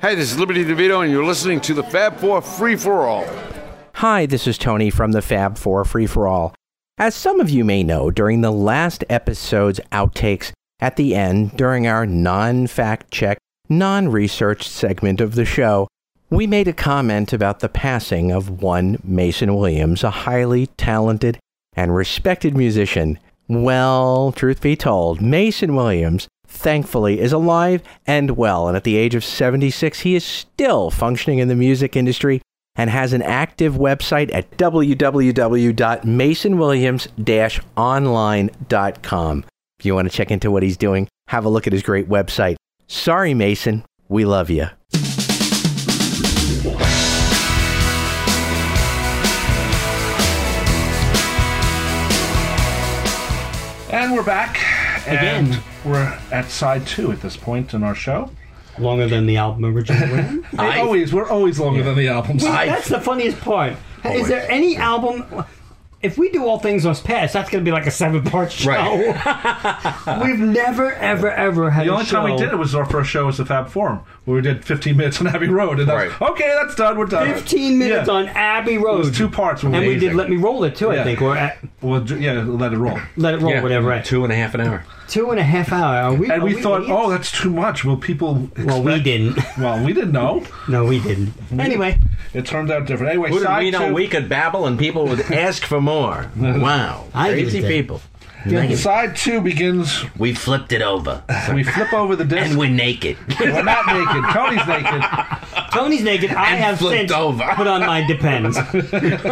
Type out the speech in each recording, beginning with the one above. Hey, this is Liberty DeVito, and you're listening to the Fab Four Free for All. Hi, this is Tony from the Fab Four Free for All. As some of you may know, during the last episode's outtakes at the end, during our non fact check, non researched segment of the show, we made a comment about the passing of one Mason Williams, a highly talented and respected musician. Well, truth be told, Mason Williams, thankfully, is alive and well, and at the age of 76, he is still functioning in the music industry and has an active website at www.masonwilliams-online.com. If you want to check into what he's doing, have a look at his great website. Sorry, Mason, we love you. And we're back. And Again. we're at side two at this point in our show. longer than the album originally ran. They always we're always longer than the albums. that's the funniest part. Is there any album? If we do all things must pass, that's going to be like a seven-part show. We've never, ever, ever had the a only time we show- did it was our first show was the Fab Forum, where we did 15 minutes on Abbey Road, and that's Right. okay, that's done. We're done. 15 minutes Yeah. on Abbey Road. It was two parts. and we Amazing. did Let Me Roll It too, Yeah. I think, or uh, Well, d- yeah, let it roll. Let It Roll, whatever. Right? Two, Two and a half an hour. two and a half hour. Are we, And are we thought, idiots? oh, that's too much. Well, people. well, we expect- didn't. Well, we didn't know. No, we didn't. Anyway, It turned out different. Anyway, Who did side we know two. we could babble and people would ask for more? Wow. I did Crazy that. people. Side two begins. We flipped it over. We flip over the disc. and we're naked. we're not naked. Tony's naked. Tony's naked. I And have flipped since over. put on my depends because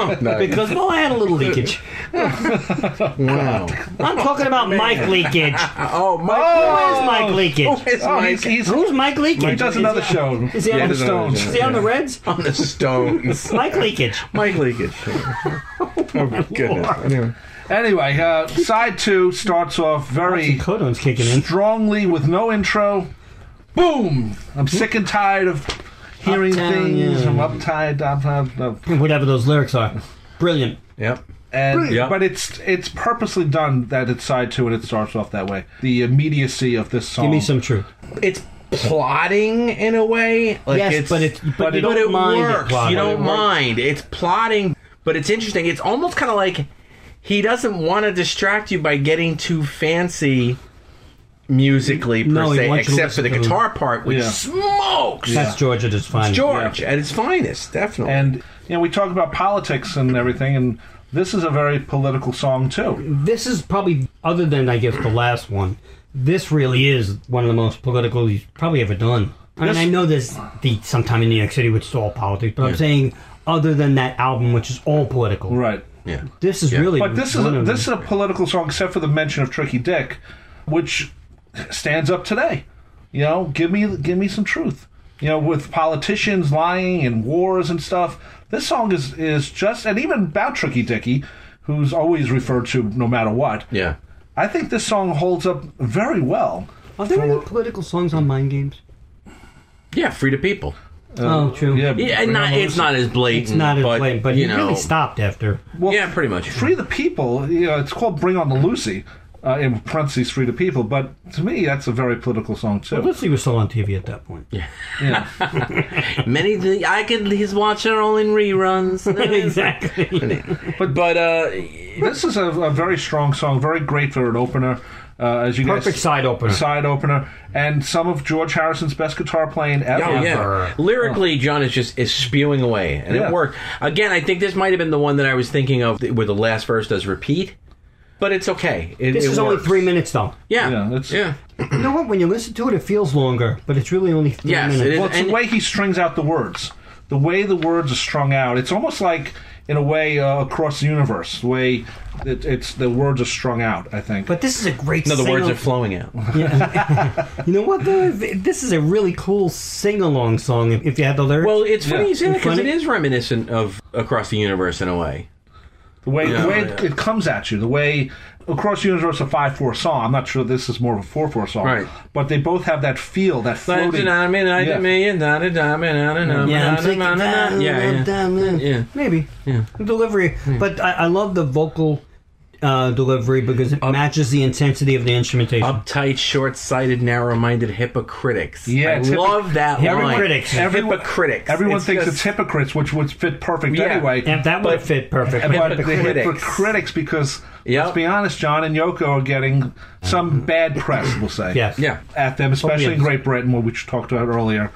well, I had a little leakage. wow. I'm talking about Mike leakage. Oh, my. Where's Mike Leakage? It's Oh, Mike. he's, he's, Who's Mike Leakage? he does another is show. Is he Yeah, on he the does another Stones? show. Is he on the Reds? on the stones. Mike Leakage. Mike Leakage. Oh, my goodness. Anyway. Anyway, uh, side two starts off very Codone's kicking in. strongly with no intro. Boom! I'm sick and tired of hearing Uptown, things Hmm? yeah. from uptight, up, up, up. Whatever those lyrics are. Brilliant. Yep. and Yeah. but it's it's purposely done that it's side two and it starts off that way. The immediacy of this song. Give me some truth. It's plotting in a way. Like yes, it's, but it, but, but you it- don't but it mind it, works. Claude. you don't It works. mind. It's plotting, but it's interesting. It's almost kind of like he doesn't want to distract you by getting too fancy musically per No, he se, wants you to except for the listen to the- guitar part, which Yeah. smokes. That's Georgia just fine. George at its finest, definitely. And you know we talk about politics and everything, and this is a very political song too. This is probably, other than I guess the last one, this really is one of the most political he's probably ever done. I mean, This- I know there's the sometime in New York City, which is all politics, but I'm saying other than that album, which is all political. Right. yeah. This is really. But this is one a, of this is them. a political song, except for the mention of Tricky Dick, which stands up today. You know, give me give me some truth. You know, with politicians lying and wars and stuff, this song is is just and even about Tricky Dicky, who's always referred to no matter what. Yeah. I think this song holds up very well. Are there any political songs on Mind Games? Yeah, free to people. oh, true. Uh, Yeah, Yeah, and not, it's not as blatant. It's not as Mm-hmm. but, blatant, but you he know, really stopped after. Well, Yeah, pretty much. Free the People, you know, it's called Bring on the Lucy, uh, in parentheses, Free the People, but to me, that's a very political song, too. Lucy was still on TV at that point. Yeah, Yeah. Many th- I could. His watch are all in reruns. exactly. but but uh, this is a, a very strong song, very great for an opener. Uh, as you Perfect guys, side opener. side opener, and some of George Harrison's best guitar playing ever. Oh yeah, Ever. lyrically, John is just is spewing away, and Yeah. it worked. Again, I think this might have been the one that I was thinking of, th- where the last verse does repeat, but it's okay. It, This it is only works. three minutes though. Yeah, Yeah, yeah, it's- yeah. You know what? When you listen to it, it feels longer, but it's really only three Yes, minutes. it is. Well, it's And- the way he strings out the words, the way the words are strung out. It's almost like, in a way, uh, across the universe, the way it, it's the words are strung out. I think. But this is a great. No, the words sing-al- are flowing out. You know what? Though this is a really cool sing-along song. If, if you had the lyrics, Well, it's funny Yeah. you say that because it Funny. is reminiscent of across the universe in a way. The way, Yeah, Oh, the way it, yeah. it comes at you, the way across the universe a five four song. I'm not sure this is more of a four four song, Right. But they both have that feel, that floating. Yeah. yeah, I'm thinking, Yeah, yeah. yeah, Yeah. maybe the delivery. But I, I love the vocal uh, delivery because it matches the intensity of the instrumentation. Uptight, short-sighted, narrow-minded hypocritics. I Yeah, it's hypocr- love that Everyone- line. Critics. Everyone- hypocritics. Everyone thinks just- it's hypocrites, which would fit perfect Yeah. anyway. and that would But- fit perfect. But the Hypocritics. hypocritics, because Yep. let's be honest, John and Yoko are getting some bad press, we'll say. Yes. Yeah. At them, especially in yes. Great Britain, what we talked about earlier.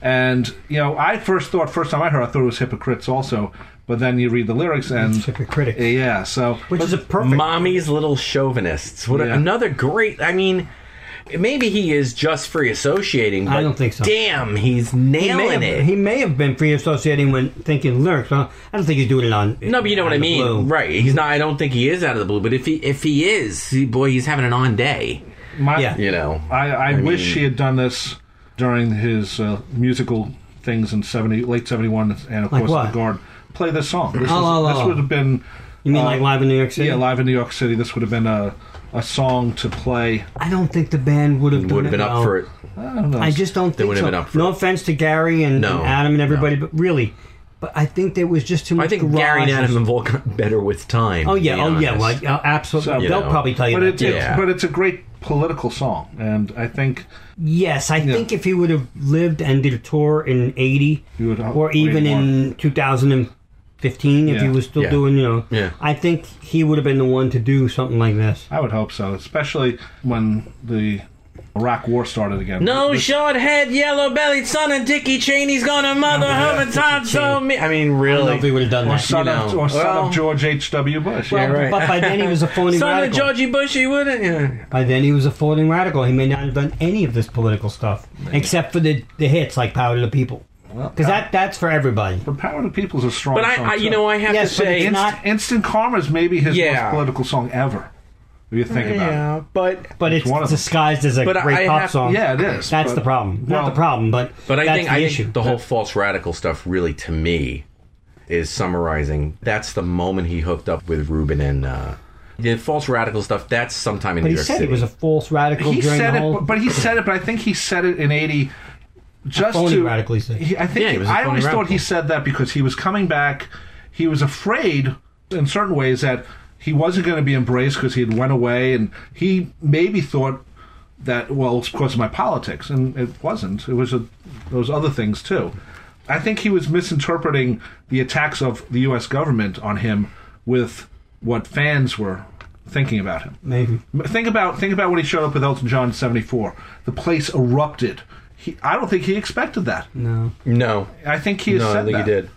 And, you know, I first thought, first time I heard, I thought it was hypocrites also. But then you read the lyrics and. Hypocritics. Yeah, so. which is a perfect. Mommy's little chauvinists. What a- Yeah. another great. I mean, maybe he is just free associating. But I don't think so. Damn, he's he, may nailing have, it. he may have been free associating when thinking lyrics. Well, I don't think he's doing it on. no, but you know on what I the mean, blue. right? He's not. I don't think he is out of the blue. But if he if he is, he, boy, he's having an on day. My, Yeah. You know. I, I, wish mean- he had done this during his uh, musical things in seventy late seventy one, and of Like course what? the guard play this song. This, Oh, is- oh, this oh. would have been. You mean uh, like live in New York City? Yeah, live in New York City. This would have been a a song to play. I don't think the band would have done Would have been no. up for it. I don't know. I just don't think would have so. been up for no it. offense to Gary and, No, and Adam and everybody, no. but really, but I think there was just too much. I think garage Gary and Adam and Volk got better with time. Oh to yeah, be oh yeah, honest. like uh, absolutely. You They'll know, probably tell you but that. it's, too. yeah. it's but it's a great political song, and I think Yes, I think if he would have lived and did a tour in '80, He would have or played even in 2015, if he Yeah. was still Yeah. doing, you know, Yeah. I think he would have been the one to do something like this. I would hope so, especially when the Iraq War started again. No This- short head, yellow bellied son of Dickie Cheney's gonna mother yeah, her Todd Dickie so Cheney. me. I mean, I don't know really. if he would have done or that. son, you of, know, or son well- of George H. W. Bush. Well, yeah, right. But by then he was a phony Son of radical. Georgie Bush, he wouldn't. Yeah. By then he was a folding radical. He may not have done any of this political stuff except for the, the hits like "Power to the People," because that that's for everybody. But Power to the People is a strong. But I, song I, you too. know, I have Yes, to but say, it's not- Inst- Instant Karma is maybe his Yeah. most political song ever. If you think about yeah, but But it's, one of them. disguised as a But great I pop have- song. it, yeah, it is. that's but- the problem. well, Not the problem, but But I that's think the I think issue. the whole false radical stuff really to me is summarizing. That's the moment he hooked up with Ruben and uh, the false radical stuff. That's sometime in but New he York said City. it was a false radical He during said the whole. it, but he said it. But I think he said it in eighty. Just phony to radical, he said. he- I think Yeah, he was a I phony always thought radical. he said that because he was coming back. He was afraid in certain ways that he wasn't going to be embraced because he had went away, and he maybe thought that well, it's because of my politics, and it wasn't. It was a, those other things too. I think he was misinterpreting the attacks of the U.S. government on him with what fans were thinking about him. maybe. Think about think about when he showed up with Elton John in '74. The place erupted. He, I don't think he expected that. No. no, I think he has no, said I think that. he did.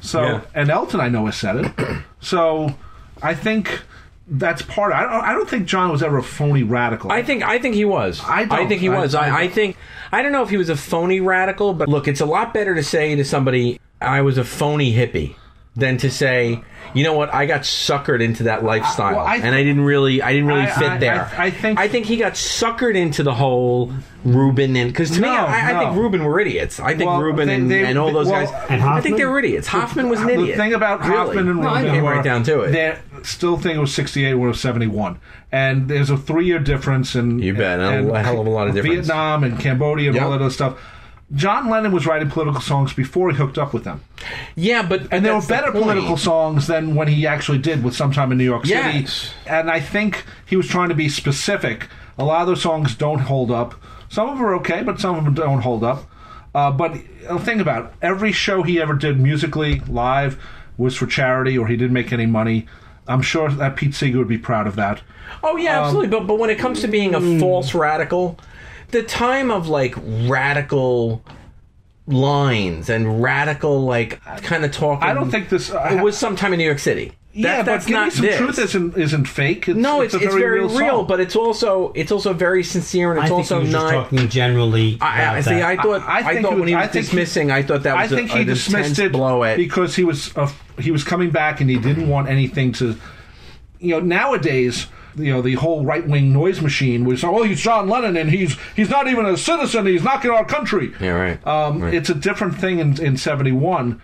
So, Yeah. and Elton, I know, has said it. so, I think that's part. I don't. I don't think John was ever a phony radical. I think I think he was. I don't- think he I- was. I, I, I- think I don't know if he was a phony radical, but look, it's a lot better to say to somebody I was a phony hippie than to say, you know what, I got suckered into that lifestyle well, I- and I didn't really I didn't really I- fit I- there. I- I think- I think he got suckered into the whole Rubin and because to me No, I, I think no. Rubin were idiots. I think Well, Rubin they- and, they- and all those well, guys. And I think Hoffman? they were idiots. Hoffman was an the idiot. thing about Really. Hoffman and No, I Rubin know. were- right down to it. They still think it was '68 when it was '71, and there's a three-year difference. And You bet. A and, hell of a lot of difference. Vietnam and Cambodia and all Yep. that other stuff. John Lennon was writing political songs before he hooked up with them. Yeah, but And there were that's the better point. political songs than when he actually did with Sometime in New York City. Yes. And I think he was trying to be specific. A lot of those songs don't hold up. Some of them are okay, but some of them don't hold up. Uh, but uh, think about it. every show he ever did musically, live, was for charity or he didn't make any money. I'm sure that Pete Seeger would be proud of that. Oh yeah, Um, absolutely. But but when it comes to being a hmm. false radical, the time of like radical lines and radical like kind of talk. I don't think this. it was sometime in New York City. That, yeah, that's but Give not Me Some this. Truth isn't, isn't fake. It's, no, it's, it's, very, real, song. but it's also it's also very sincere and I it's think also he was not. just talking generally. I, I- about see. that. I thought I- I I, think thought he when he was- I was think he- dismissing, I thought that I was a- think he an dismissed intense it blow at because he was a, he was coming back and he didn't want anything to, you know. Nowadays, you know, the whole right wing noise machine was oh he's John Lennon and he's he's not even a citizen. He's knocking our country. Yeah, right. Um, Right. It's a different thing in in seventy one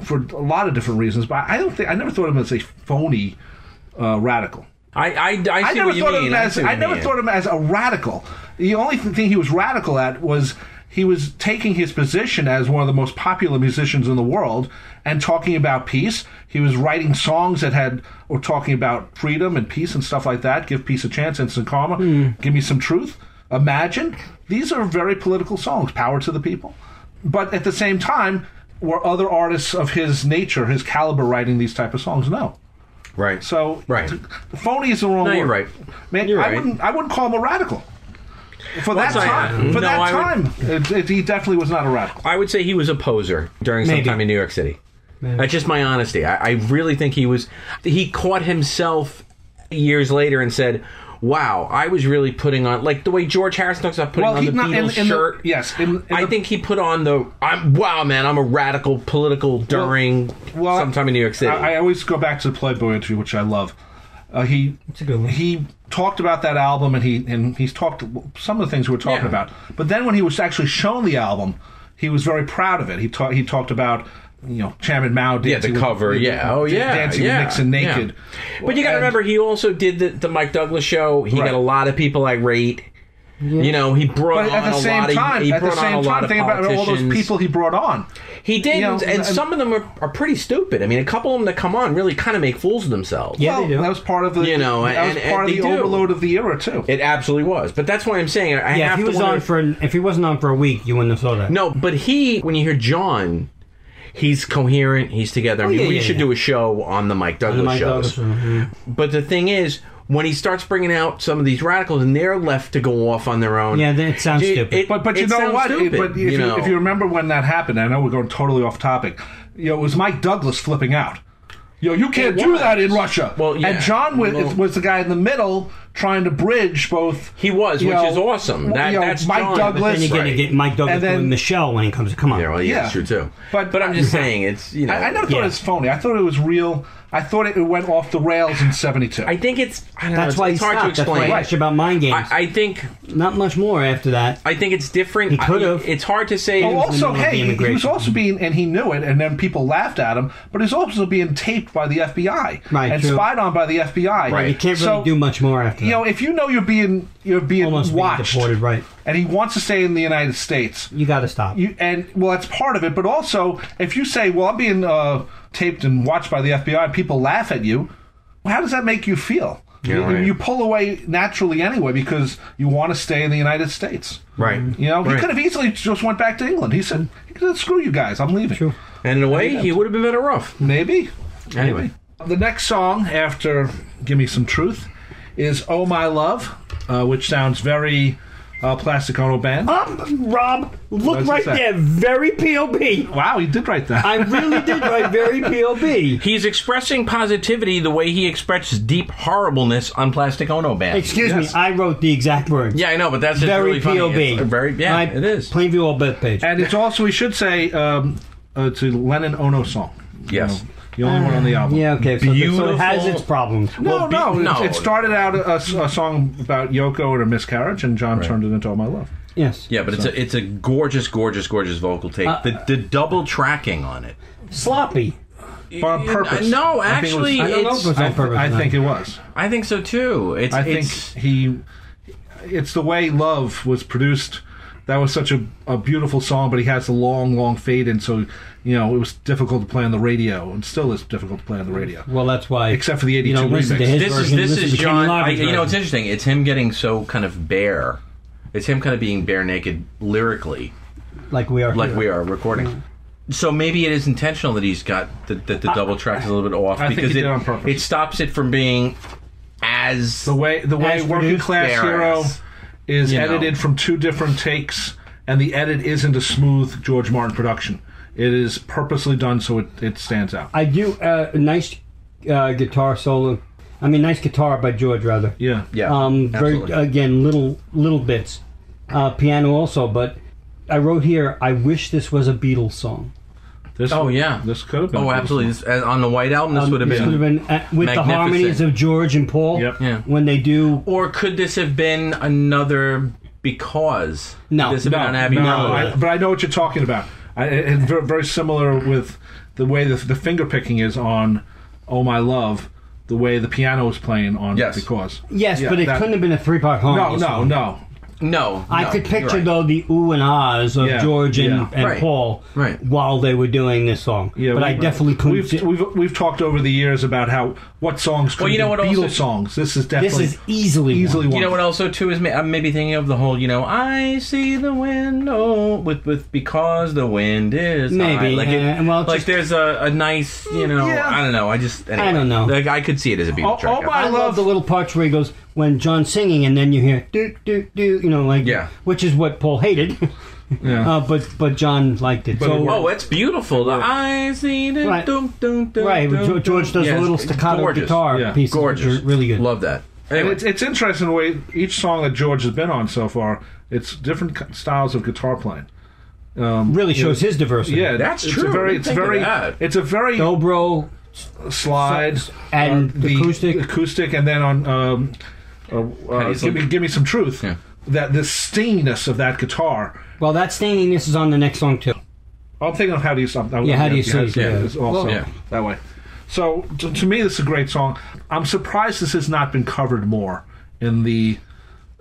for a lot of different reasons. But I don't think I never thought of him as a phony uh, radical. I, I, I see I never what you thought of mean. him as see what I you never mean. thought of him as a radical. The only thing he was radical at was. he- he was taking his position as one of the most popular musicians in the world and talking about peace. He was writing songs that had were talking about freedom and peace and stuff like that. Give peace a chance, instant karma. Hmm. Give me some truth. Imagine these are very political songs. Power to the people. But at the same time, were other artists of his nature, his caliber, writing these type of songs? No. Right. So Right. t- phony is the wrong No, word. you're right. Man, You're I right. wouldn't. I wouldn't call him a radical. For that so I- time, no, for that I time, would- it, it, he definitely was not a radical. I would say he was a poser during Maybe. some time in New York City. That's just my honesty. I, I really think he was. He caught himself years later and said, "Wow, I was really putting on like the way George Harrison talks about putting Well, on he the not- in- Beatles in the- shirt." yes, in- in I the- think he put on the. I'm wow, man. I'm a radical political during well, sometime in New York City. I, I always go back to the Playboy interview, which I love. Uh, he a good one. he talked about that album, and he and he's talked some of the things we were talking Yeah. about. But then when he was actually shown the album, he was very proud of it. He talked he talked about you know Chairman Mao dancing yeah, the with- cover. with- yeah. Oh, yeah. dancing yeah, with Nixon yeah. naked. But you got to And- remember, he also did the, the Mike Douglas show. He Right. got a lot of people irate. You know, he brought But on at the a same lot of time, he at the brought on a same lot time, of think about all those politicians. people he brought on. He did, You know, and, and- some of them are, are pretty stupid. I mean, a couple of them that come on really kind of make fools of themselves. Yeah, they Well, do. that was part of the You know, that was and- and part they of the do. overload of the era too. It absolutely was. But that's why I'm saying I I Yeah, have if he to was wonder- on for if he wasn't on for a week, you wouldn't have saw that. no. But he, when you hear John, he's coherent. He's together. Oh, I mean, yeah, we yeah, should yeah. do a show on the Mike Douglas Mike shows. Douglas, mhm. But the thing is, when he starts bringing out some of these radicals, and they're left to go off on their own. Yeah, then it sounds stupid. But but you it know sounds what? Stupid, It- but if you, you, know, if you remember when that happened, I know we're going totally off topic. You know, it was Mike Douglas flipping out. Yo, you can't It do was. that in Russia. Well, yeah. and John was, Well- was the guy in the middle trying to bridge both. He was, you which know, is awesome. That- you know, that's Mike John, but Douglas. then you're gonna right. get Mike Douglas And then- doing Michelle when he comes. Come on. yeah, well, yeah, yeah. that's true too. But- But but I'm just saying, it's you know, I, I never thought Yeah. it was phony. I thought it was real. I thought it went off the rails in '72. I think it's I don't know, That's it's, why he it's hard to stopped. That's why explain. he asked you about mind games. I, I think Not much more after that. I think it's different. He could've. I- It's hard to say. Well, Oh, also, middle of the hey, he was immigration. also being, and he knew it, and then people laughed at him. But he's also being taped by the FBI Right, and true. spied on by the FBI. Right. You can't really So, do much more after You that. know, if you know you're being you're being Almost being watched, deported, right. and he wants to stay in the United States, You got to stop. you and well, that's part of it. But also, if you say, "Well, I'm being uh, taped and watched by the FBI," and people laugh at you, how does that make you feel? you, right. you pull away naturally anyway because you want to stay in the United States. Right. You know, he Right. could have easily just went back to England. He said, he said, "Screw you guys, I'm leaving." True. and in a way, he would have been better off. Maybe. Anyway, The next song after "Give Me Some Truth" is "Oh My Love," uh, which sounds very uh, Plastic Ono Band. Up, Rob, What look does it right say? there. Very POB. Wow, he did write that. I really did write very POB. he's expressing positivity the way he expresses deep horribleness on Plastic Ono Band. Excuse Yes. me, I wrote the exact words. yeah, I know, but that's just Very really funny. POB. It's Very yeah, My it is. Plainview all birth page. and it's also we should say um, uh, it's a Lennon Ono song. Yes. You know, the only one on the album. yeah, okay. So, so Beautiful. it has its problems. Well, No, be- no, no. It, it started out a, a- a song about Yoko and her miscarriage, and John turned it into "Oh My Love." Yes. Yeah, but it's a it's a gorgeous, gorgeous, gorgeous vocal take. the the double tracking on it. Sloppy. But on Uh, purpose. no, I think it was- actually, I don't know it's- if it was on purpose. I or not. think it was. I think so too. It's I think it's he. It's the way "Love" was produced. That was such a, a beautiful song, but he has a long, long fade in, so you know it was difficult to play on the radio, and still is difficult to play on the radio. Well, that's why. Except for the You know, 82 listen to remix. his this is version, this listen is to Kenny John. I, Loggins' you know, it's version. interesting. It's him getting so kind of bare. It's him kind of being bare naked lyrically, like we are. like here. we are recording. So maybe it is intentional that he's got that the, the double track is a little bit off I think because he it, did on purpose. it stops it from being as The way the way As working produced, class bare hero ass. is You know. edited from two different takes, and the edit isn't a smooth George Martin production. It is purposely done so it, it stands out. I do uh, nice uh, guitar solo. I mean, nice guitar by George rather. yeah, yeah. Um, very absolutely. again, little little bits. Uh, piano also, but I wrote here. I wish this was a Beatles song. This, oh yeah. this could have been. Oh, a- absolutely. This, as- on the White Album, this Um, would have this been. uh, with the magnificent. harmonies of George and Paul. Yep. Yeah. When they do, Or could this have been another because? No, Could this have been no, on Abbey no, Road? I, but I know what you're talking about. I, it- it's ver- very similar with the way the, the finger picking is on "Oh My Love," the way the piano is playing on Yes. "Because." yes, Yeah, but it that- couldn't have been a three part harmony. No, no, song. no. No, I no, could you're picture right. though the ooh and ahs of Yeah, George and, yeah. and Right, Paul right. while they were doing this song. Yeah, but we- I definitely couldn't. We've, see- we've we've talked over the years about how what songs could Well, you know be what Beatles also- songs. This is this definitely is easily easily one. one. You know what? Also, too is ma- I'm maybe thinking of the whole. You know, I see the window with with because the wind is high. Maybe, like uh, well, like just- Mm, there's a, a nice you know Yeah. I don't know I just anyway, I don't know. like I could see it as a Beatles Oh, track. oh my- I I love love- the little parts where he goes when John's singing, and then you hear do do do, you know, like Yeah. which is what Paul hated, Yeah. uh, but but John liked it. But it so worked. Oh, it's beautiful. The I see the Right. dum, dum, dum, right, dum, George, George does dum. a Yeah, little it's staccato gorgeous. guitar Yeah, piece, Gorgeous, really good. Love that. And Anyway, it's it's interesting the way each song that George has been on so far. It's different ki- styles of guitar playing. really shows his diversity. Yeah, That's it's true. A very, Didn't it's think of very, that. it's a very dobro, slide and uh, the acoustic. acoustic, and then on um, uh, uh, Hazel. give, me, give me some truth. Yeah. That the stinginess of that guitar. Well, that staininess is on the next song too. I'm thinking of how do you stop? Yeah, How Do You Sleep, yeah. it's Also Yeah. that way. So to, to me, this is a great song. I'm surprised this has not been covered more in the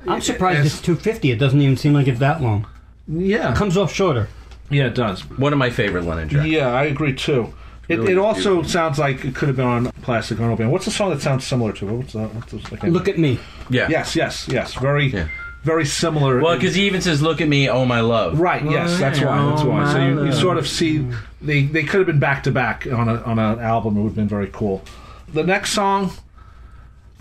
I'm surprised it's- it's 250. It doesn't even seem like it's that long. yeah Comes off shorter. yeah it does. one of my favorite Lennon tracks. Yeah, I agree too. It, Really it also beautiful. sounds like it could have been on Plastic Ono Band. What's the song that sounds similar to it? What's that? What's this? I can't- Look at me. Yeah. Yes, yes, yes. Very, Yeah. very similar. Well, because he even says, "Look at me, oh my love." right, yes, that's why. That's why. So you, you sort of see they they could have been back to back on a on an album. It would have been very cool. The next song,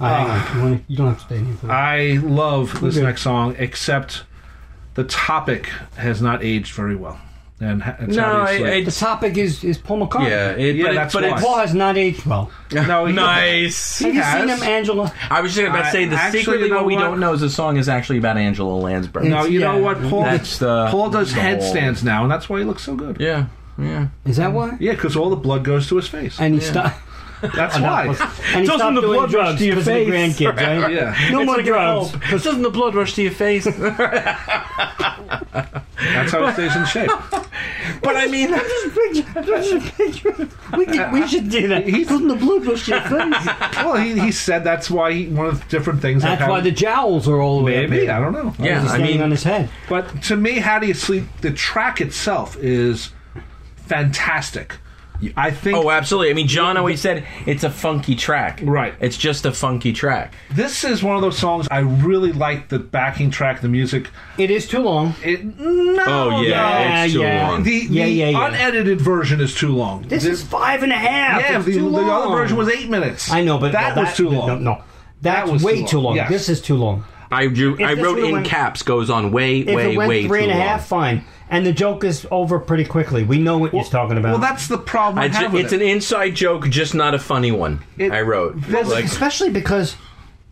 Ah, hang on. You, wanna- you don't have to stay in here. for that. I love this Okay. next song, except the topic has not aged very well. And ha- it's No, how do you I- sleep? the it's topic is, is Paul McCartney. yeah, it, Yeah, but, it- that's but it's Paul has not aged well. no, nice. Have you seen has. him, Angela? I was just about to I- say the actually, secretly you know what we what? don't know is the song is actually about Angela Lansbury. No, you Yeah. know what, Paul? That's the- Paul does the whole- headstands now, and that's why he looks so good. Yeah, yeah. Is that why? Yeah, because all the blood goes to his face. And he stopped. That's why. And he Toss him stopped the doing blood drugs rush to your because of the face. grandkids, right? Yeah, No more drugs. Doesn't the blood rush to your face? but that's how he stays in shape. I mean, We, could- we should do that. He's- Putting the blood rush to your face. Well, he, he said that's why he, one of the different things. that That's why the happened- jowls are all the way up maybe there. I don't know. Yeah. He's I standing mean- on his head. But to me, how do you sleep? The track itself is fantastic. I think oh, absolutely. I mean, John always said it's a funky track. Right. It's just a funky track. this is one of those songs I really like the backing track, the music. It is too long. It no, yeah, it's too yeah. no. long. the, Yeah, the yeah, yeah. unedited version is too long. This The- is five and a half. yeah, It's the, too the other long. version was eight minutes. I know, but that no, was too long. No, no. that's was way too too long. long. Yes. This is too long. I drew. I this wrote would've in went- caps goes on way, If way, it went way three too and a half, long. fine. And the joke is over pretty quickly. We know what he's talking about. Well, that's the problem I, I ju- have with it's it. an inside joke, just not a funny one. It- I wrote. Well, Like, especially because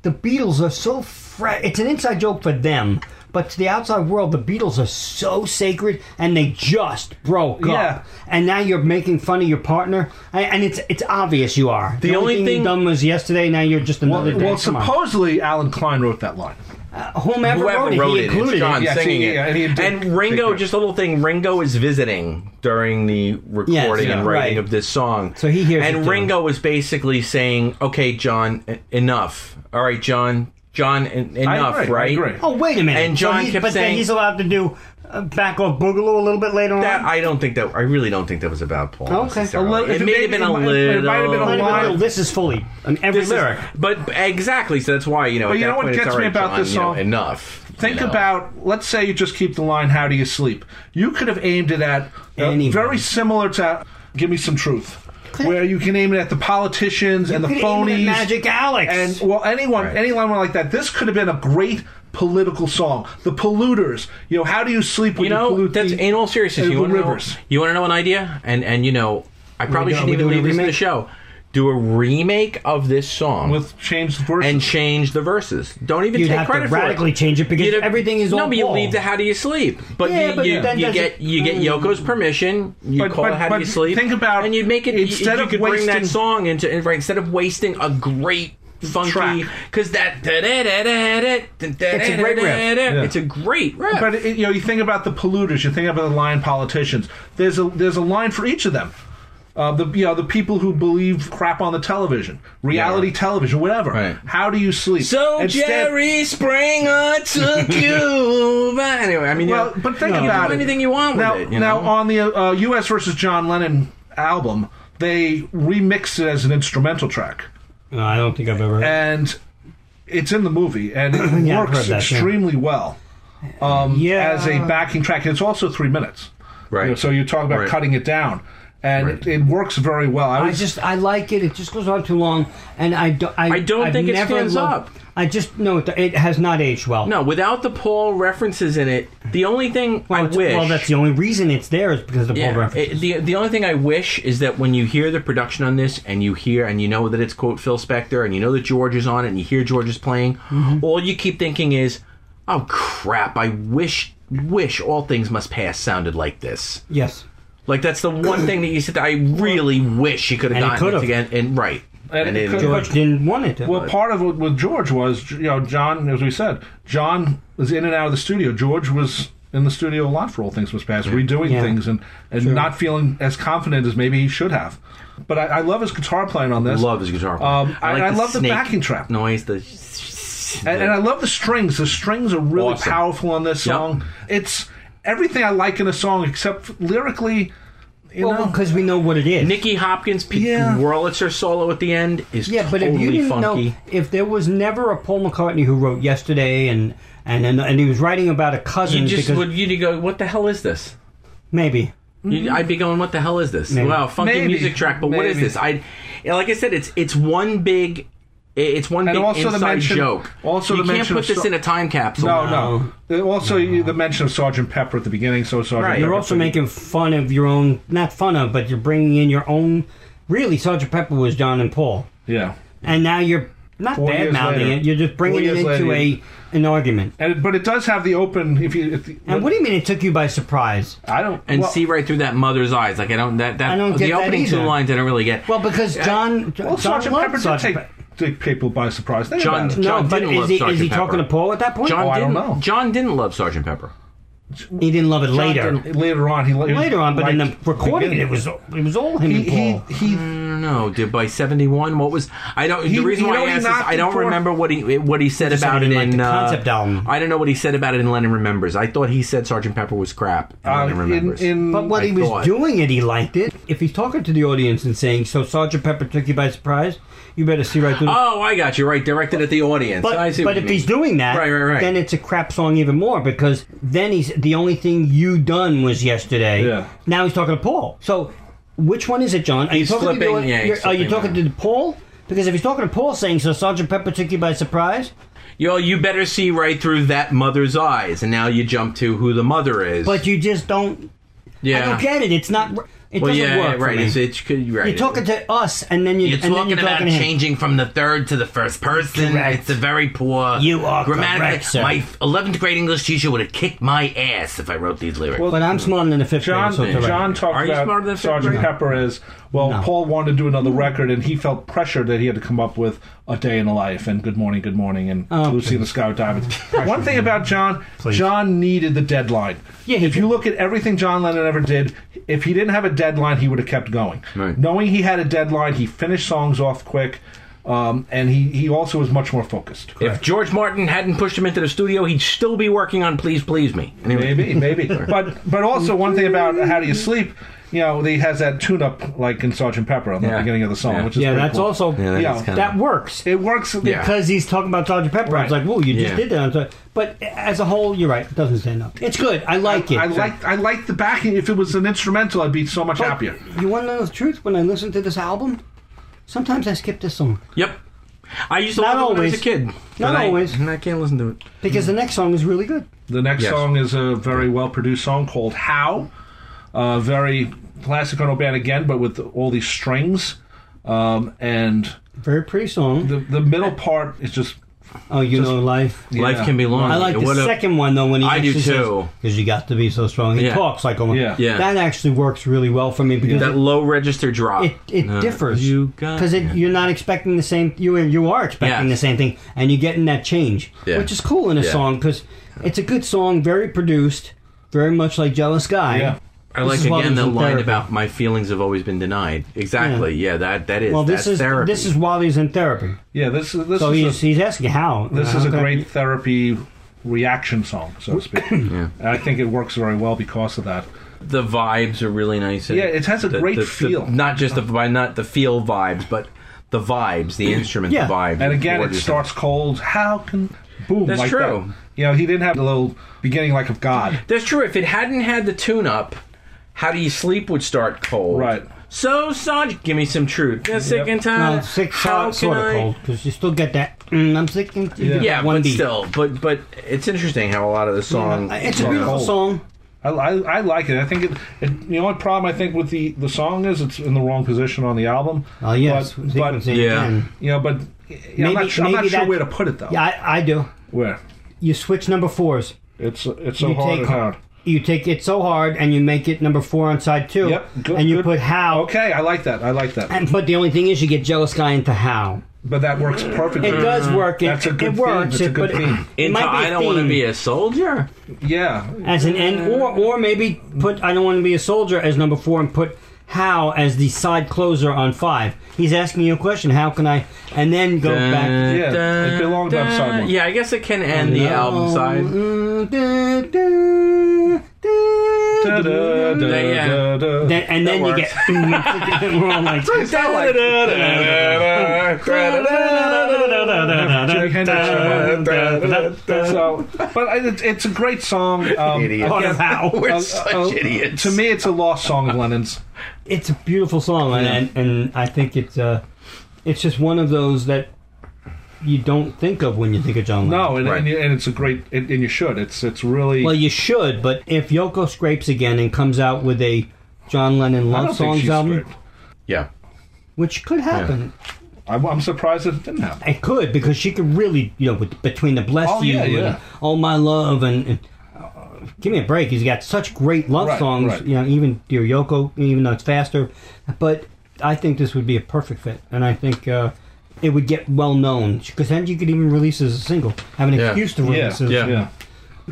the Beatles are so. Fra- it's an inside joke for them, but to the outside world, the Beatles are so sacred, and they just broke Yeah. up. And now you're making fun of your partner, and, and it's it's obvious you are. The, only thing, thing- you done was yesterday. Now you're just another well, day. well, Come on. supposedly Alan Klein wrote that line. whomever, whoever wrote, wrote it, it, he included it's John it. Yes, singing he- yeah, he it. did And take Ringo, it. just a little thing. Ringo is visiting during the recording yeah, and writing right. of this song. So he hears it, And too. Ringo was basically saying, "Okay, John, e- enough. All right, John, John, en- enough. I agree, right? I agree. Oh wait a minute! And John he- kept but then saying- he's allowed to do uh, back off Boogaloo a little bit later That on. I don't think that. I really don't think that was about Paul. Okay. necessarily. A little- it may have been a it might- little. it might have been a Not even line- though this is fully on every This is- lyric. but exactly. So that's why you know. But at you that know what point, it's gets all me right, about John, this you know, song? enough. you Think know. about, let's say you just keep the line, how do you sleep? You could have aimed it at uh, Anyone. very similar to Give Me Some Truth, where you can aim it at the politicians and the Could even phonies. Magic Alex, And, well, anyone, Right. any line like that. This could have been a great political song. The polluters, you know, how do you sleep when you you, know pollute that's the, in all seriousness uh, you the want to know, rivers? you want to know an idea and and you know I probably do- shouldn't we even doing a leave this in the remake? show do a remake of this song With changed verses. and change the verses don't even You'd take have to credit for it radically change it because You'd everything is no all but you Paul. leave the how do you sleep but Yeah, you, but you, then you does get it- you get Yoko's permission you But- call but- it how do but you sleep think about- and you make it instead you, you of could bring that wasting- song into and right instead of wasting a great funky Track. because that it's a great riff. it's a great riff But it, you know, you think about the polluters, you think about the line politicians. There's a there's a line for each of them. uh, the you know the people who believe crap on the television, reality television, whatever. Right. How do you sleep? So Instead- Jerry Springer took you. But anyway, I mean, Well, you know, but think you can about do it. anything you want with now, it. You now know? on the uh, U.S. versus John Lennon album, they remixed it as an instrumental track, No, I don't think I've ever. Heard. and it's in the movie, and it Yeah, I've works heard that, yeah. extremely well um, Yeah. as a backing track. It's also three minutes, Right. You know, so you talk about Right. cutting it down, and Right. it, it works very well. I I was just I like it. It just goes on too long, and I don't. I, I don't I've think it never stands loved- up. I just no. It, it has not aged well. no, without the Paul references in it, the only thing I Well, Oh, it's- wish. well, that's the only reason it's there is because of the Paul Yeah, reference. it- the the only thing I wish is that when you hear the production on this and you hear and you know that it's quote Phil Spector and you know that George is on it and you hear George is playing, Mm-hmm. all you keep thinking is, oh crap! I wish wish all things must pass sounded like this. yes. Like that's the one thing that you said that I really wish he could have And he gotten could've. it again. And right, And it it- could've. George didn't want it. To, Well, part of it with George was, you know, John, as we said, John was in and out of the studio. George was in the studio a lot for all things was past, redoing Yeah. things and, and not feeling as confident as maybe he should have. But I, I love his guitar playing on this. love his guitar. Um, I, I love the snake backing trap. noise. The And, and I love the strings. The strings are really Awesome. powerful on this Yep. song. It's everything I like in a song except lyrically, you know. because we know what it is. Nicky Hopkins pe- Yeah. Wurlitzer solo at the end is yeah, but totally if you didn't funky. know, if there was never a Paul McCartney who wrote yesterday, and and and, and he was writing about a cousin, you just because, would you go, what the hell is this? maybe You, I'd be going, what the hell is this? Maybe. Wow, funky Mm-hmm. Maybe. music track, but what is Maybe. this? I, yeah, like I said, it's it's one big, i- it's one And big also the inside mention- joke. also you the can't mention put of this so- in a time capsule. no, no. Also, you- the mention of Sergeant Pepper at the beginning. So Sergeant Right. Pepper. you're also making fun of your own, not fun of, but you're bringing in your own. Really, Sergeant Pepper was John and Paul, yeah. and now you're not Four bad years mouthing later. it. You're just bringing Four it years into later. a an argument. And but it does have the open. If you, if the, And what do you mean it took you by surprise? I don't and well, see right through that mother's eyes. Like I don't that that I don't get the that opening two either. lines I don't really get. Well, because John, Well, John Sergeant loved Pepper did Sergeant take, Pe- take people by surprise. Think John- about it. No, John but didn't is love he is Sergeant he talking Pepper. to Paul at that point? John Oh, I didn't. don't know. John didn't love Sergeant Pepper. he didn't love it later. Didn't- later on, he he was Later on, but in the liked recording, beginning. it was it was all him he he, and Paul. he uh, No, did by seventy one. What was I don't? He- the reason you why know I he asked is knocked I it don't for- remember what he what he said Just about it sounded in like the uh, concept album. I don't know what he said about it in Lennon Remembers. I thought he said Sergeant Pepper was crap. In uh, Lennon in, Remembers. in but what I he was thought. doing it, he liked it. If he's talking to the audience and saying, "So Sergeant Pepper took you by surprise," you better see right through. the oh, I got you right. Directed at the audience. But, I see but what you if mean. he's doing that, Right, right, right. then it's a crap song even more because then he's the only thing you done was yesterday. Yeah. Now he's talking to Paul. So which one is it, John? Are He's you talking flipping- to yeah, he's you're- are you flipping talking to Paul? Because if he's talking to Paul, saying so, Sergeant Pepper took you by surprise. yo, you better see right through that mother's eyes, and now you jump to who the mother is. But you just don't. yeah, I don't get it. It's not. It well, doesn't yeah, work. for right. me. It's, it's right. You're talking to us, and then you, You're and then talking you're about talking to him. changing from the third to the first person. Correct. It's a very poor. You are grammatical- correct, sir. My eleventh grade English teacher would have kicked my ass if I wrote these lyrics. But I'm smarter than a fifth John grader, so it's all right. John talked Are you smarter than about fifth Sergeant grader? Pepper as well. Paul wanted to do another record, and he felt pressured that he had to come up with a day in the life and Good Morning, Good Morning, and Lucy in the Sky with Diamonds. One thing about John, John needed the deadline. Yeah, he if you look at everything John Lennon ever did, if he didn't have a deadline, he would have kept going. Right. Knowing he had a deadline, he finished songs off quick, um, and he he also was much more focused. if George Martin hadn't pushed him into the studio, he'd still be working on "Please Please Me." Anyway, Maybe, maybe. but but also one thing about how do you sleep? You know, he has that tune up like in Sergeant Pepper on the Yeah. beginning of the song, Yeah. which is Yeah, pretty that's cool. also that Yeah. is kinda- that works. it works. Yeah. because he's talking about Sergeant Pepper. I was Right. like, "Whoa, you Yeah. just did that." I'm sorry. But as a whole, you're right. It doesn't stand up. It's good. I like it. I like I like the backing. If it was an instrumental, I'd be so much Oh. But happier. You want to know the truth? When I listen to this album, sometimes I skip this song yep. I used to Not love it when I was a always. kid. Not And I- always. and I can't listen to it. because the next song is really good. The next Yes. song is a very well produced song called "How," uh, very classic on band again, but with all these strings, um, and Very pretty song. the the middle part is just oh, you know life. Life can be long. I like the What a- second one though when he I do actually too. because you got to be so strong. He Yeah. talks like a Yeah. Yeah. That actually works really well for me because that low register drop. it, it Uh, differs You got because you're not expecting the same. You you are expecting Yeah. the same thing, and you're getting that change, Yeah. which is cool in a Yeah. song because it's a good song, very produced, very much like Jealous Guy. Yeah. I like is why again there's the in line therapy. about my feelings have always been denied. Exactly. Yeah, that that is Well, this that's is therapy. this is while he's in therapy. Yeah, this is this So he's is a, he's asking how. this How is a can I- great therapy reaction song, so to speak. Yeah. And I think it works very well because of that. the vibes are really nice. and Yeah, it has a the- great the- the- feel. not just the vi- not the feel vibes, but the vibes, the instrument Yeah. vibe. And again, it Gorgeous. starts cold. How can boom? That's like true. That. You know, he didn't have the little beginning like of God. That's true. If it hadn't had the tune up, how do you sleep would start cold. Right. So, Sanj, give me some truth. They're sick Yep. and tired. Well, sick, Uh, how so- sort can of I- cold because you still get that. Mm, I'm sick. And, you Yeah. get Yeah, one but beat. still, but but it's interesting how a lot of the song. Uh, it's a Yeah. beautiful Cold. song. I, I, I like it. I think it, it. The only problem I think with the the song is it's in the wrong position on the album. Oh yes, but, but sequencing you Yeah. again. know, but you know, I'm Maybe- not, sure, I'm maybe not sure that- where to put it though. Yeah, I, I do. Where You switch number fours. it's it's so you hard take and hard. you take it so hard and you make it number four on side two. Yep, good- and you good. put how. Okay, I like that. I like that. And, but the only thing is, you get jealous guy into how. But that works perfectly. It does work. It, Mm. That's a good theme. it works. That's a it- good but it- theme. It, Into, might be I a don't want to theme be a soldier. Yeah, as an end, or or maybe put I don't want to be a soldier as number four and put how as the side closer on five. He's asking you a question. How can I? And then go back. Yeah, it belonged on side one. Yeah, I guess it can end the album side. Da, da, da, Yeah. da, da. Then, and then That you works. get we're all like, Jimi Hendrix. so, but I, it's, it's a great song. Um, Idiot. Part again, of how. We're uh, such uh, idiots. To me, it's a lost song of Lennon's. It's a beautiful song, and, and and I think it's uh, it's just one of those that you don't think of when you think of John Lennon. No, and, Right. and, you- and it's a great, and, and you should. It's it's really. Well, you should, but if Yoko scrapes again and comes out with a John Lennon I love don't think songs um, she's album, straight. yeah. which could happen, I'm, I'm surprised that it didn't happen. it could because she could really, you know, with, between the bless Oh, you yeah, and yeah. all my love and. and uh, Give me a break. He's got such great love Right, songs, right. you know, even Dear Yoko, even though it's faster. But I think this would be a perfect fit, and I think uh, it would get well known because then you could even release it as a single, have an Yeah. excuse to Yeah, release it, Yeah. Yeah.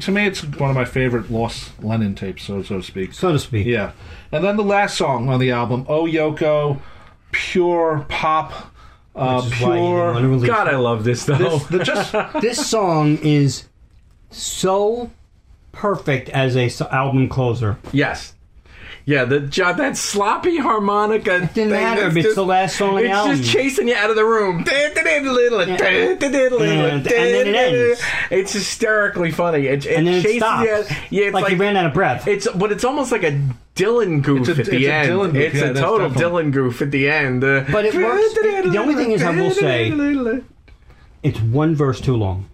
To me, it's one of my favorite lost Lennon tapes, so so to speak. so to speak. Yeah. And then the last song on the album, Oh Yoko, pure pop, uh, Which is why you didn't pure. wanna release God, I love this though. this, the, just this song is so perfect as a s- album closer. yes. Yeah, the job that sloppy harmonica. It Didn't matter if it's the last song on the It's album. just chasing you out of the room. And then it ends. It's hysterically funny. It, it and then chases it stops. you. Out, yeah, it's like, like, he ran out of breath. It's but it's almost like a Dylan goof It's a- at the it's a end. Dylan goof, It's yeah, a that's total definitely- Dylan goof at the end. Uh, But it works. The only thing is, I will say- it's one verse too long.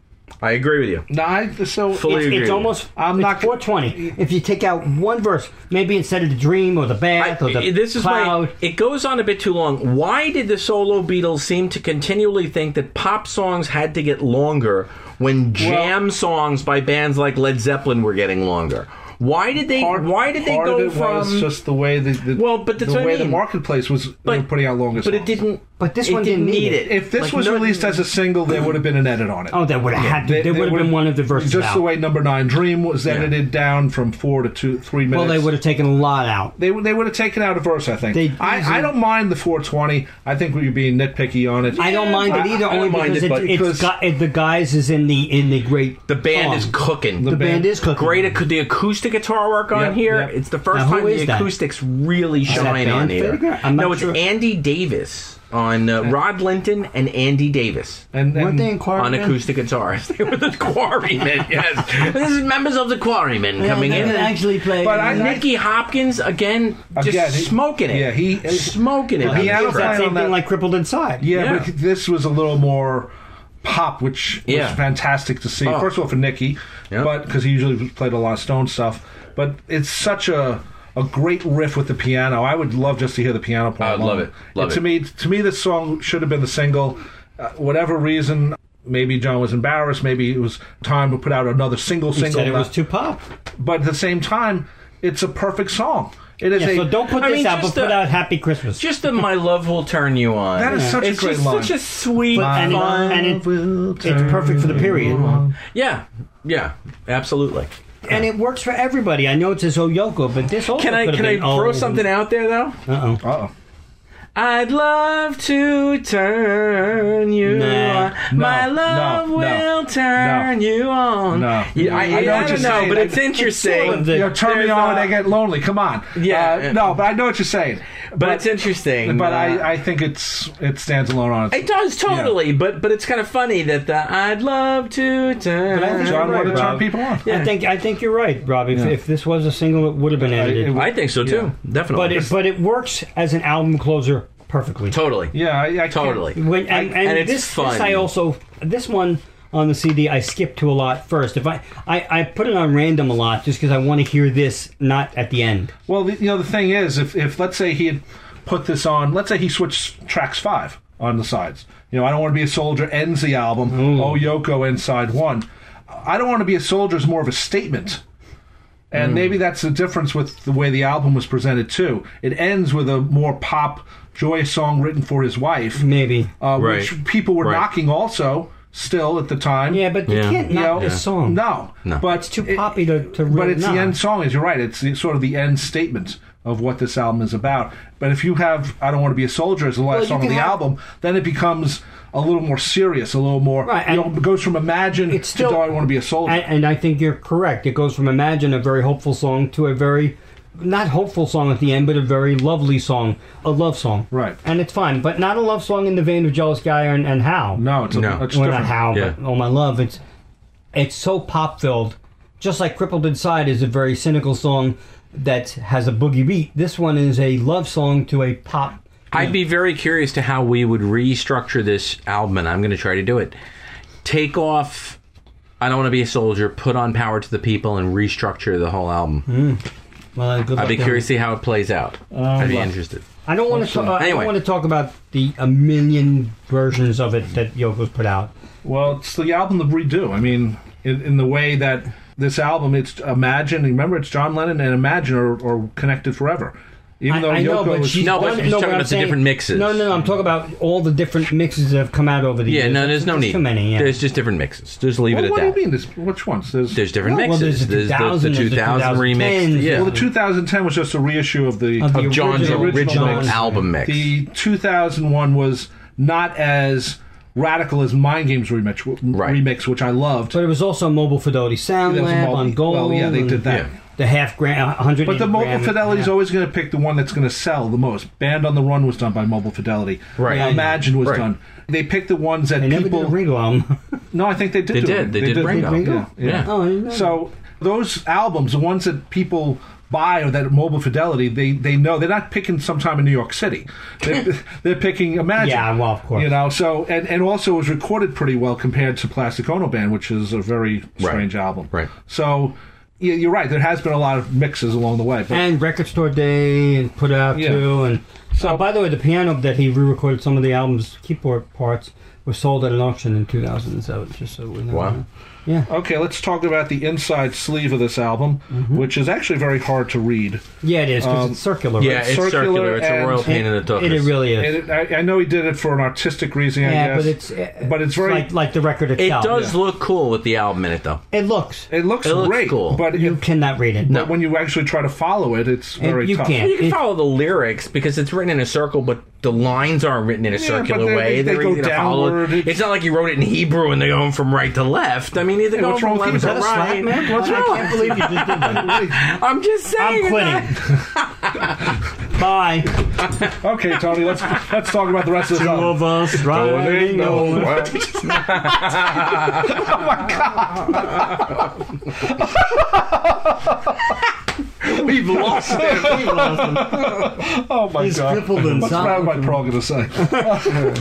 I agree with you. no, I, so Fully- It's, agree with it's you. almost I'm it's not- 420. If you take out one verse, maybe instead of the dream or the bath or the I- this is cloud, why it goes on a bit too long. Why did the solo Beatles seem to continually think that pop songs had to get longer when jam songs by bands like Led Zeppelin were getting longer? Why did they? part- why did they part go of it from? was just the way the, the Well, but that's the what I way the mean. marketplace was they were putting out longer. but it songs. didn't. But this it one didn't need need it. it. If this Like, was no- released as a single, there would have been an edit on it. oh, that would have had to. They- there they would have would've- been one of the verses Just out. the way number nine dream was Yeah. edited down from four to two, three minutes. well, they would have taken a lot out. They, would- they would have taken out a verse, I think. They I, I easily- don't mind the 420. I think we were being nitpicky on it. I don't mind I- it either, I don't only mind because, it, it's, but- it's because- got, it, the guys is in the in the great. the band is song. cooking. the band, band- is cooking. great ac- the acoustic guitar work on Yep, here. yep. It's the first Now, who time the is that? acoustics really that shine band on here. Photograph? I'm no, not it's sure. Andy Davis on uh, Rod Linton and Andy Davis. and, Weren't and they in choir On band? acoustic guitars, they were the Quarrymen. Yes, this is members of the Quarrymen coming they in. Uh, actually play. But I- Nicky Hopkins again, just Again, he- smoking it. Oh, yeah, he- smoking it. he on this track. outlines that same on thing that- like crippled inside. Yeah, Yeah. but this was a little more pop, which Yeah. was fantastic to see. Oh. First of all, for Nicky, Yeah. but because he usually played a lot of Stone stuff. But it's such a a great riff with the piano. I would love just to hear the piano play. I would alone. love it. Love to it. me, to me, this song should have been the single. Uh, whatever reason, maybe John was embarrassed. Maybe it was time to put out another single. He Single, said it not- was too pop. but at the same time, it's a perfect song. It is Yeah, a so don't put I this mean, out, but just put the- out Happy Christmas. Just the "My Love Will Turn You On." That is such a it's great just line. Such a sweet, and, fun- and it, will it's perfect for the period. Yeah, yeah, absolutely. and it works for everybody. I know it says Oyoko, but this also Can I could can have I been, throw oh, something out there though? Uh oh. Oh, I'd love to turn you Nah. on. My No, love no, will turn you on. No. You- I, I, I know don't what you're know, saying. but I- it's interesting. sort of the- you know, turn me There's, on uh, when I get lonely. Come on. Yeah. Uh, no, but I know what you're saying. but, it's interesting. But uh, I, I think it's it stands alone on its It does totally, but but it's kind of funny that the I'd love to turn. I John think you're right, wanted to turn Rob. people on. Yeah. I think I think you're right, Rob. If, Yeah. if this was a single, it would have been edited. it- I think so too, definitely. but it but it works as an album closer perfectly. totally, Yeah, I, I can't- totally. When, and, and, and it's this, fun. this I also this one on the CD I skip to a lot first. If I I, I put it on random a lot just because I want to hear this, not at the end. Well, the, you know, the thing is, if, if let's say he had put this on, let's say he switched tracks five on the sides. You know, I don't want to be a soldier ends the album. Oh, Yoko ends side one. I don't want to be a soldier is more of a statement. And maybe that's the difference with the way the album was presented too. It ends with a more pop joyous song written for his wife, Maybe. uh, Right. which people were Right. knocking also still at the time. yeah, but Yeah. you can't You knock know, this song. No, No. but it's too it- poppy to to. but really it's knock. the end song is you're right it's the, sort of the end statement of what this album is about but if you have i don't want to be a soldier as the last Well, you song on can the have- album then it becomes a little more serious a little more Right, you know, and- it goes from imagine It's to still- do i want to be a soldier And, and I think you're correct. It goes from Imagine, a very hopeful song, to a very, not hopeful song at the end, but a very lovely song, a love song. Right. And it's fine, but not a love song in the vein of Jealous Guy and, and How. no it's, a, No. it's Well, different not How, but Yeah. Oh My Love. It's, it's so pop filled. Just like Crippled Inside is a very cynical song that has a boogie beat, this one is a love song to a pop. I'd be very curious to how we would restructure this album, and I'm going to try to do it. Take off I Don't Want to Be a Soldier, put on Power to the People, and restructure the whole album. Hmm. Well, good luck I'd be to them. curious to see how it plays out. Um, I'd be interested. I don't want to. talk I Anyway. don't want to talk about the a million versions of it that Yoko's put out. Well, it's the album to redo. I mean, in, in the way that this album, it's Imagine. Remember, it's John Lennon and Imagine are, are connected forever. Even I- though I Yoko know, but was, she's No, but done- she's talking I'm about the different mixes. No, no, no. I'm talking about all the different mixes that have come out over the Yeah, years. no, there's no need. Too many. Yeah. There's just different mixes. Just leave Well, it at what that. do you mean? There's, which ones? There's, There's different No, well, mixes. there's the there's the, 2000, there's the 2000 remix. 2010s. Yeah. Well, the 2010 was just a reissue of the Of the of John's original- original, original mix. album mix. The 2001 was not as radical as Mind Games remix, Right. remix which I loved. but it was also Mobile Fidelity Sound That's Lab mul- on Gold. well, yeah, they and did that. Yeah. The half grand, hundred. But the Mobile Fidelity is always going to pick the one that's going to sell the most. Band on the Run was done by Mobile Fidelity. Right. Yeah, Imagine was right. done. They picked the ones that They never people. did a Ringo album. no, I think they did. They do did. it. They did Ringo. Yeah. oh, I didn't know. So those albums, the ones that people buy or that Mobile Fidelity, they they know they're not picking sometime in New York City. They're, they're picking Imagine. Yeah, well, of course. You know, so and and also it was recorded pretty well compared to Plastic Ono Band, which is a very strange album. Right. So yeah, you're right. There has been a lot of mixes along the way, but and Record Store Day and put out Yeah. too. And so, by the way, the piano that he re-recorded some of the album's keyboard parts was sold at an auction in 2007. Just so we know. Wow. Yeah. okay, let's talk about the inside sleeve of this album, Mm-hmm. which is actually very hard to read. Yeah, it is because Um, it's circular. yeah, right? it's circular. circular It's a and- royal pain in the tuchus. It, it really is. And it, I, I know he did it for an artistic reason, I yeah, guess. but it's uh, but it's very like like the record It itself. does look cool with the album in it, though. It looks. It looks It looks great, cool. but You it- cannot read it. No. but when you actually try to follow it, it's very you tough. can't. You can It- follow the lyrics because it's written in a circle, but the lines aren't written in a circular they- way. they- they They're go easy to follow. downward. It's- It's not like you wrote it in Hebrew and they're going from right to left. I mean, either going what's from wrong with left to Hebrew? right. Is that a slap, man? What's No, I can't believe you just did that. I'm just saying. I'm it's not- quitting. Bye. Okay, Tony, let's let's talk about the rest of the Two of album. us riding over. We've lost it. Oh my He's god, crippled and what's wrong with my sound- prog going to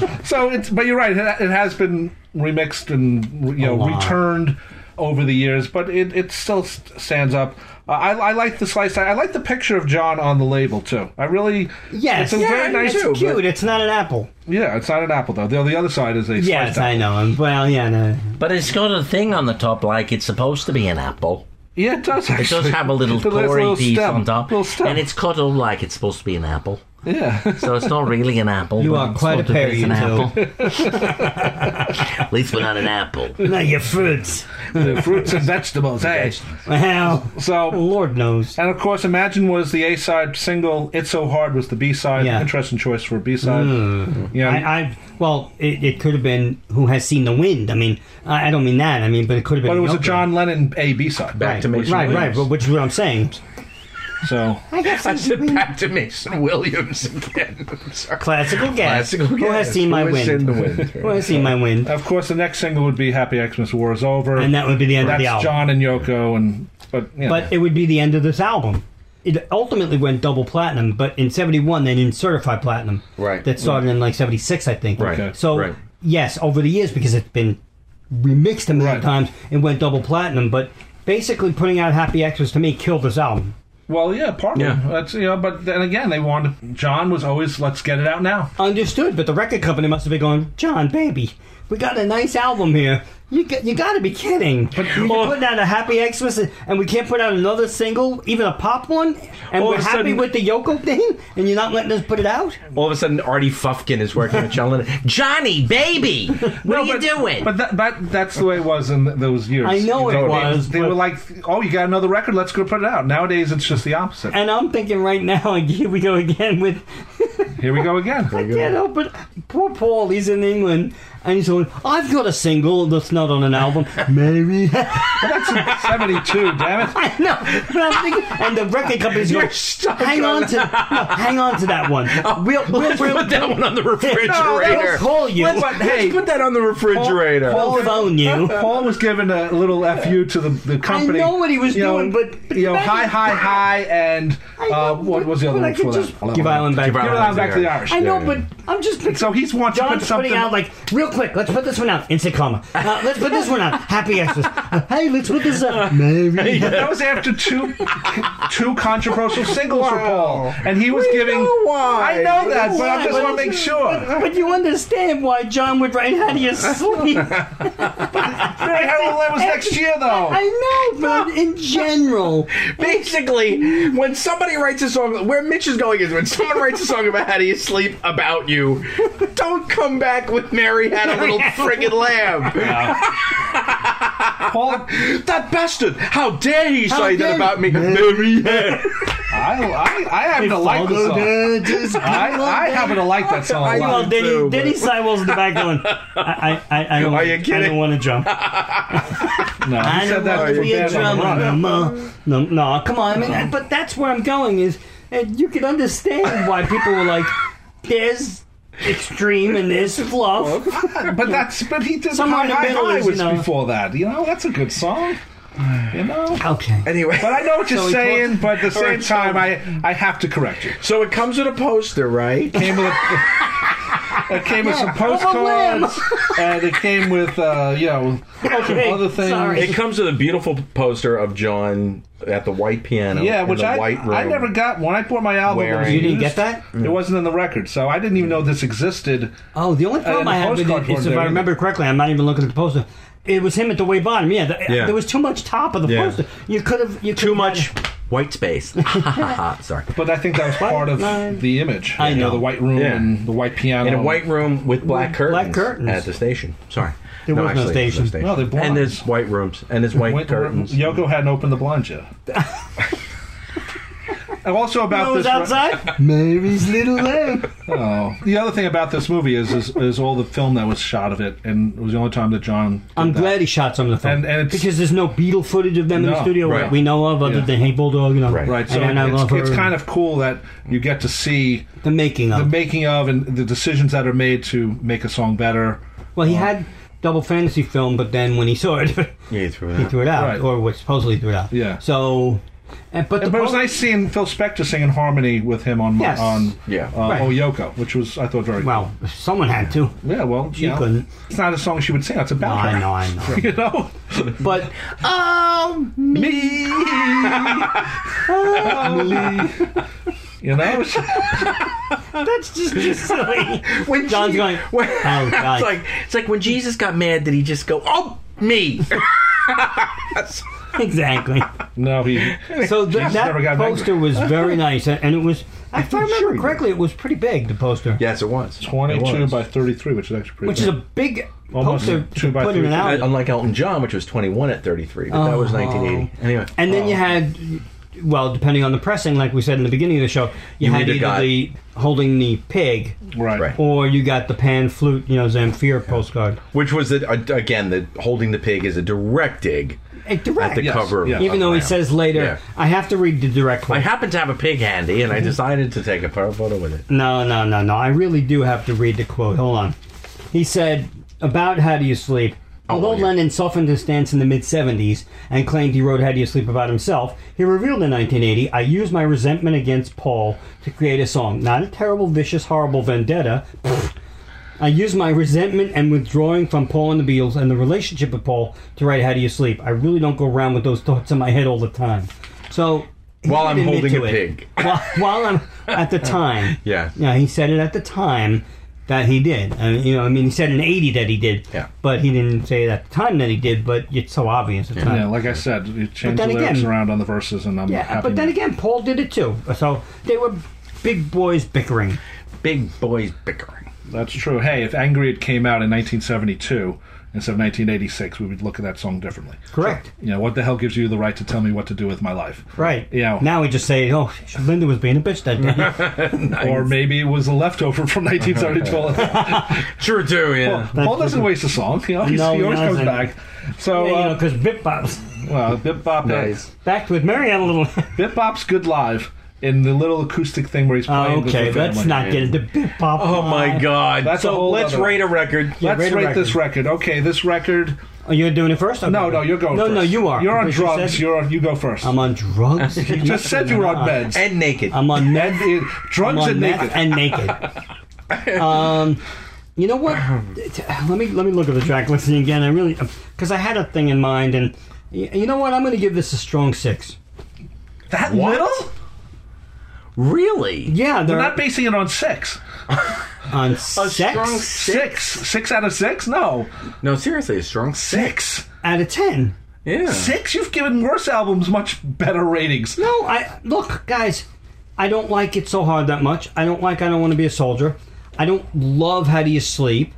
say? so it's but you're right. It, it has been remixed and you know lot. returned over the years, but it, it still s- stands up. Uh, I, I like the slice. I, like the picture of John on the label too. I really Yes, it's a yeah, very nice it's but- cute. It's not an apple. yeah, it's not an apple though. The, the other side is a Yes, sliced apple. I know. And, well, yeah, no. But it's got a thing on the top like it's supposed to be an apple. Yeah, it does. Actually. It does have a little It's a nice Tory little piece stem, on top. little stem. And it's cut up like it's supposed to be an apple. Yeah. So it's not really an apple. You but are it's quite a sort of pair, is you an two. apple. At least we're not an apple. Now your fruits. the fruits and vegetables. Hey. Well, So, Lord knows. and of course, Imagine was the A side single. It's So Hard was the B side. Yeah. Interesting choice for a B side. Mm. Yeah. Hmm. I, I well, it, it could have been who has seen the wind. I mean, I, I don't mean that. I mean, but it could have been. but it was a Yoko. John Lennon A B side. Back right, to Mason right, right. Williams. But which is what I'm saying. So, I said back to Mason Williams again. I'm sorry. Classical gas. Classical Who has gas. seen my Who has wind? seen the wind? Who has seen my wind? of course, the next single would be Happy Xmas War is Over. And that would be the end of That's the album. John and Yoko. and But, you know. But it would be the end of this album. It ultimately went double platinum, but in '71 they didn't certify platinum. Right. That started in like '76, I think. Right. Okay. So Right. yes, over the years because it's been remixed a million Right. times and went double platinum, but basically putting out Happy Xmas to me killed this album. Well, yeah, partly. Yeah. That's you know, but then again, they wanted. John was always let's get it out now. Understood, but the record company must have been going, John, baby, we got a nice album here. You got, you got to be kidding! You're putting out a Happy Xmas, and we can't put out another single, even a pop one. And All we're of a happy sudden- with the Yoko thing, and you're not letting us put it out. All of a sudden, Artie Fufkin is working with John Lennon. Johnny, baby, what are you but, doing? But that, that that's the way it was in th- those years. I know You it they- was, They, but- were like, "Oh, you got another record? Let's go put it out." Nowadays, it's just the opposite. And I'm thinking right now, and here we go again with Here we go again. can't help it. Poor Paul, he's in England, and he's going, I've got a single that's not on an album. Maybe. That's seventy-two. Damn it! I know, but I'm thinking, and the record company's going, stuck hang on, to, no, hang on to that one. Oh, We'll, we'll, Let's we'll, put that one on the we'll refrigerator. call you. Let's, We'll let's put that on the refrigerator. phone you. Paul was giving a little fu to the, the company. know what he was you know, doing, but- but you know, imagine- high, high, high, and know, uh, what was the but other I one could for just that? give Island back. Give to Island Give it back to the Irish. I know, but I'm just picking. So he's wanting to put John's something putting out like real quick. Let's put this one out. Instant comma. Uh, let's put this one out. Happy Xmas. Uh, hey, let's put this out. Maybe. That was after two two controversial singles for Paul, and he was giving. know why. I know that, but I why, just but- want to make sure. But you understand why John would write How Do You Sleep? Hey, Harold, that was next year, though. I know, but in general. Basically, when somebody writes a song, where Mitch is going is when someone writes a song about how do you sleep about you, don't come back with Mary had a little friggin' lamb. Paul, That bastard! How dare he say dare that about me, Mary had? I, I, I happen to like the song. I, I happen to like that song a Well, lot. Diddy, too, Diddy but- Seiwell's in the back going, I, I, I, I don't, Are you I kidding? don't want to jump. No, I he don't said that want for to be a Bad on the drummer. Run. No, no, no, come on. I mean, but that's where I'm going is, and you can understand why people were like, there's extreme and there's fluff. But that's but he did Somewhere in High the High middle High is, was you know- before that. You know, that's a good song. You know. Okay. Anyway. But I know what you're So he saying, but at the same Alright, so- time, I, I have to correct you. So it comes with a poster, right? Came with, it came with some lamb. postcards, and it came with, uh, you know, Okay, other things. sorry. It comes with a beautiful poster of John at the white piano. Yeah, in which the I white room. I never got when I bought my album. it was Wearing- You didn't used. get that? It wasn't in the record, so I didn't even know this existed. Oh, the only problem the I had with postcard it is, one if there. I remember correctly, I'm not even looking at the poster. It was him at the way bottom. Yeah, the, Yeah. there was too much top of the Yeah. poster. You could have you Too could've much had- white space. Sorry. But I think that was part of line. the image. I you know. know. the white room Yeah. and the white piano. In a white room with black curtains. black curtains. At the station. Sorry. There was no actually, there's station. No, they're blinds. And there's white rooms. And there's white, White room. curtains. Yoko hadn't opened the blinds yet. And also about It was this. re- outside. Mary's little lamb. Oh. The other thing about this movie is, is is all the film that was shot of it, and it was the only time that John. did I'm that. glad he shot some of the film And- and it's- because there's no Beatle footage of them No, in the studio right. that we know of, other Yeah. than Hey Bulldog, you know, Right. Right, so and I it's, love her. it's kind of cool that you get to see the making the of. making of and the decisions that are made to make a song better. well, he had double fantasy film, but then when he saw it, Yeah, you threw it he out. threw it out, Right. or was supposedly threw it out. Yeah. So, and, but the But it was post- nice seeing Phil Spector singing harmony with him on Yes. on Yeah. uh, Right. Oh Yoko, which was I thought very Well, someone had to. Yeah, well, she couldn't. It's not a song she would sing. It's about her. I know, I know. You know, But me, you know, that's just, just silly. When John's Je- going, when- "Oh, God." it's like it's like when Jesus got mad, did he just go, "Oh me"? exactly. No, he. So th- Jesus never that got back. poster was very nice, and and it was, if I Sure remember you correctly, it was pretty big. The poster, Yes, it was. It 22 was. by 33, which is actually pretty which is a big Almost poster two to by put in three. an Uh, alley. Unlike Elton John, which was 21 at 33, but that was 1980. Anyway, And then you had, well, depending on the pressing, like we said in the beginning of the show, you, You had either either got- the holding the pig, Right. Right. or you got the pan flute, you know, Zamfir postcard. which was the, uh, again the holding the pig is a direct dig A direct, at the Yes, cover. yes. of- even though he Yeah. says later, Yeah. I have to read the direct I quote. happened to have a pig handy, and I decided to take a photo with it. No, no, no, no. I really do have to read the quote. Hold on. He said about How Do You Sleep. Although yeah. Lennon softened his stance in the mid 70s and claimed he wrote How Do You Sleep about himself, he revealed in 1980 I used my resentment against Paul to create a song. Not a terrible, vicious, horrible vendetta. Pfft. I used my resentment and withdrawing from Paul and the Beatles and the relationship with Paul to write How Do You Sleep. I really don't go around with those thoughts in my head all the time. So. he While I'm did admit holding to a it. pig. While, while I'm at the time. Yeah. Yeah, he said it at the time that he did. I mean, you know, I mean, he said in '80 that he did. Yeah. But he didn't say it at the time that he did. But it's so obvious. It's Yeah, not. like I said, you change the then lyrics again- around on the verses, and I'm Yeah. happy. But then again, Paul did it too. So they were big boys bickering. Big boys bickering. That's true. Hey, if Angry It came out in 1972 instead of 1986, we would look at that song differently. Correct. You know, what the hell gives you the right to tell me what to do with my life? Right. Yeah. Now we just say, oh, Linda was being a bitch that day. Or maybe it was a leftover from 1972. Sure do, yeah. Paul doesn't waste a song. You know, he's, No, he he always comes doesn't. back. So, Yeah, you know, uh, because Bip Bop's well, Bip Bop, uh, Nice. back with Marianne a little. Bip Bop's good live in the little acoustic thing where he's playing. oh, with okay, the let's family. not get into Bip Bop. Oh Uh, my God! That's a so whole let's other- rate a record. Let's rate rate, a this record. Okay, this record. Oh, you're doing it first. Okay. No, no, you're going. No, first. no, you are. You're on Because you drugs. said- You're on, you go first. I'm on drugs. you just said you were on meds. and naked. I'm on meth. Med- it- drugs I'm and on meth naked. and naked. um, you know what? Let me let me look at the track listing again. I really because I had a thing in mind, and y- you know what? I'm going to give this a strong six. That What? little? Really? Yeah, they're We're not basing it on six. on sex strong Six. Six out of six? No. No, seriously, a strong six. Six. out of ten. Yeah. Six? You've given worse albums much better ratings. No, I look, guys. I don't like it so hard that much. I don't like. I don't want to be a soldier. I don't love. How do you sleep?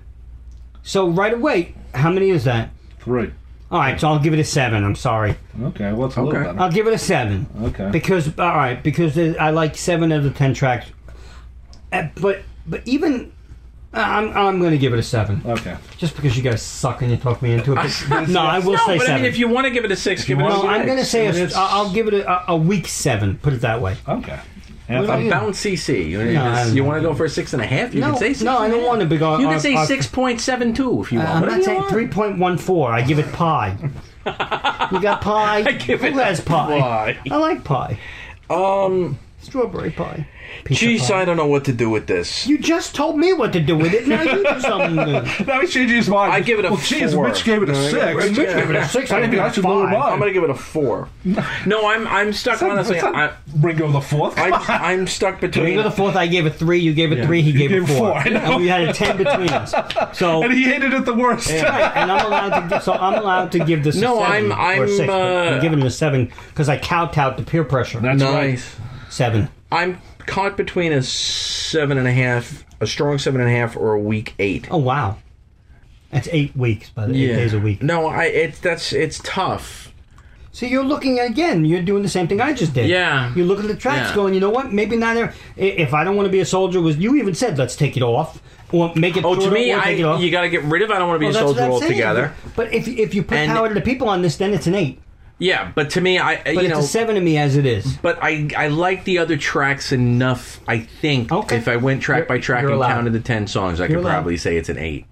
So right away, how many is that? Three. All right, so I'll give it a seven. I'm sorry. Okay, well, it's a Okay. little better. I'll give it a seven. Okay. Because all right, because I like seven out of the ten tracks. Uh, but but even I'm I'm going to give it a seven. Okay. Just because you guys suck and you talk me into it. no, I will no, say but seven. I mean, if you want to give it a six, give it a no, six. I'm going to say a, It's- I'll give it a, a weak seven. Put it that way. Okay. A Anthony? bounce CC. You, No, I don't want to go for a six and a half? You No, can say six. no, I and a don't half. want to be going You on- can say on- six point seven two if you want. uh, I'm Whatever not you saying want. three point one four. I give it pie. you got pie. I give it Who has pie? pie. I like pie. Um, Strawberry pie. Pizza geez, pie. I don't know what to do with this. You just told me what to do with it. Now you do something. with it. Now he's changing his mind. I give it a well, geez, four. Mitch gave it a No, I know. six. Mitch gave it a six. I didn't think I should lower Five. mine. I'm I'm gonna give it a four. No, I'm I'm stuck. Honestly, It's not I, Ringo the Fourth. I'm, Come on. I'm stuck between. Ringo the fourth, I gave it three. You gave it three. He gave, gave it four. four, I know. And we had a ten between us. So and he hated it the worst. Right, and I'm allowed to give, so I'm allowed to give this. A No, 7 I'm- I'm, or a six, but uh, I'm giving it a seven because I kowtowed to peer pressure. That's right. nice. seven. I'm caught between a seven and a half, a strong seven and a half, or a weak eight. Oh wow, that's eight weeks, by the eight days a week. No, I it's that's it's tough. So you're looking again. You're doing the same thing I just did. Yeah. You look at the tracks, Yeah. going, you know what? Maybe not. every- i- If I don't want to be a soldier, was you even said let's take it off or make it. Oh, to shorter me, or I take it off. you got to get rid of. I don't want to be Well, a that's what soldier I'm saying. altogether. But if if you put And- power to the people on this, then it's an eight. Yeah, but to me, I But you it's know, a seven to me as it is. but I I like the other tracks enough. I think Okay. if I went track You're- by track you're and allowed. counted the ten songs, I You're could allowed. probably say it's an eight.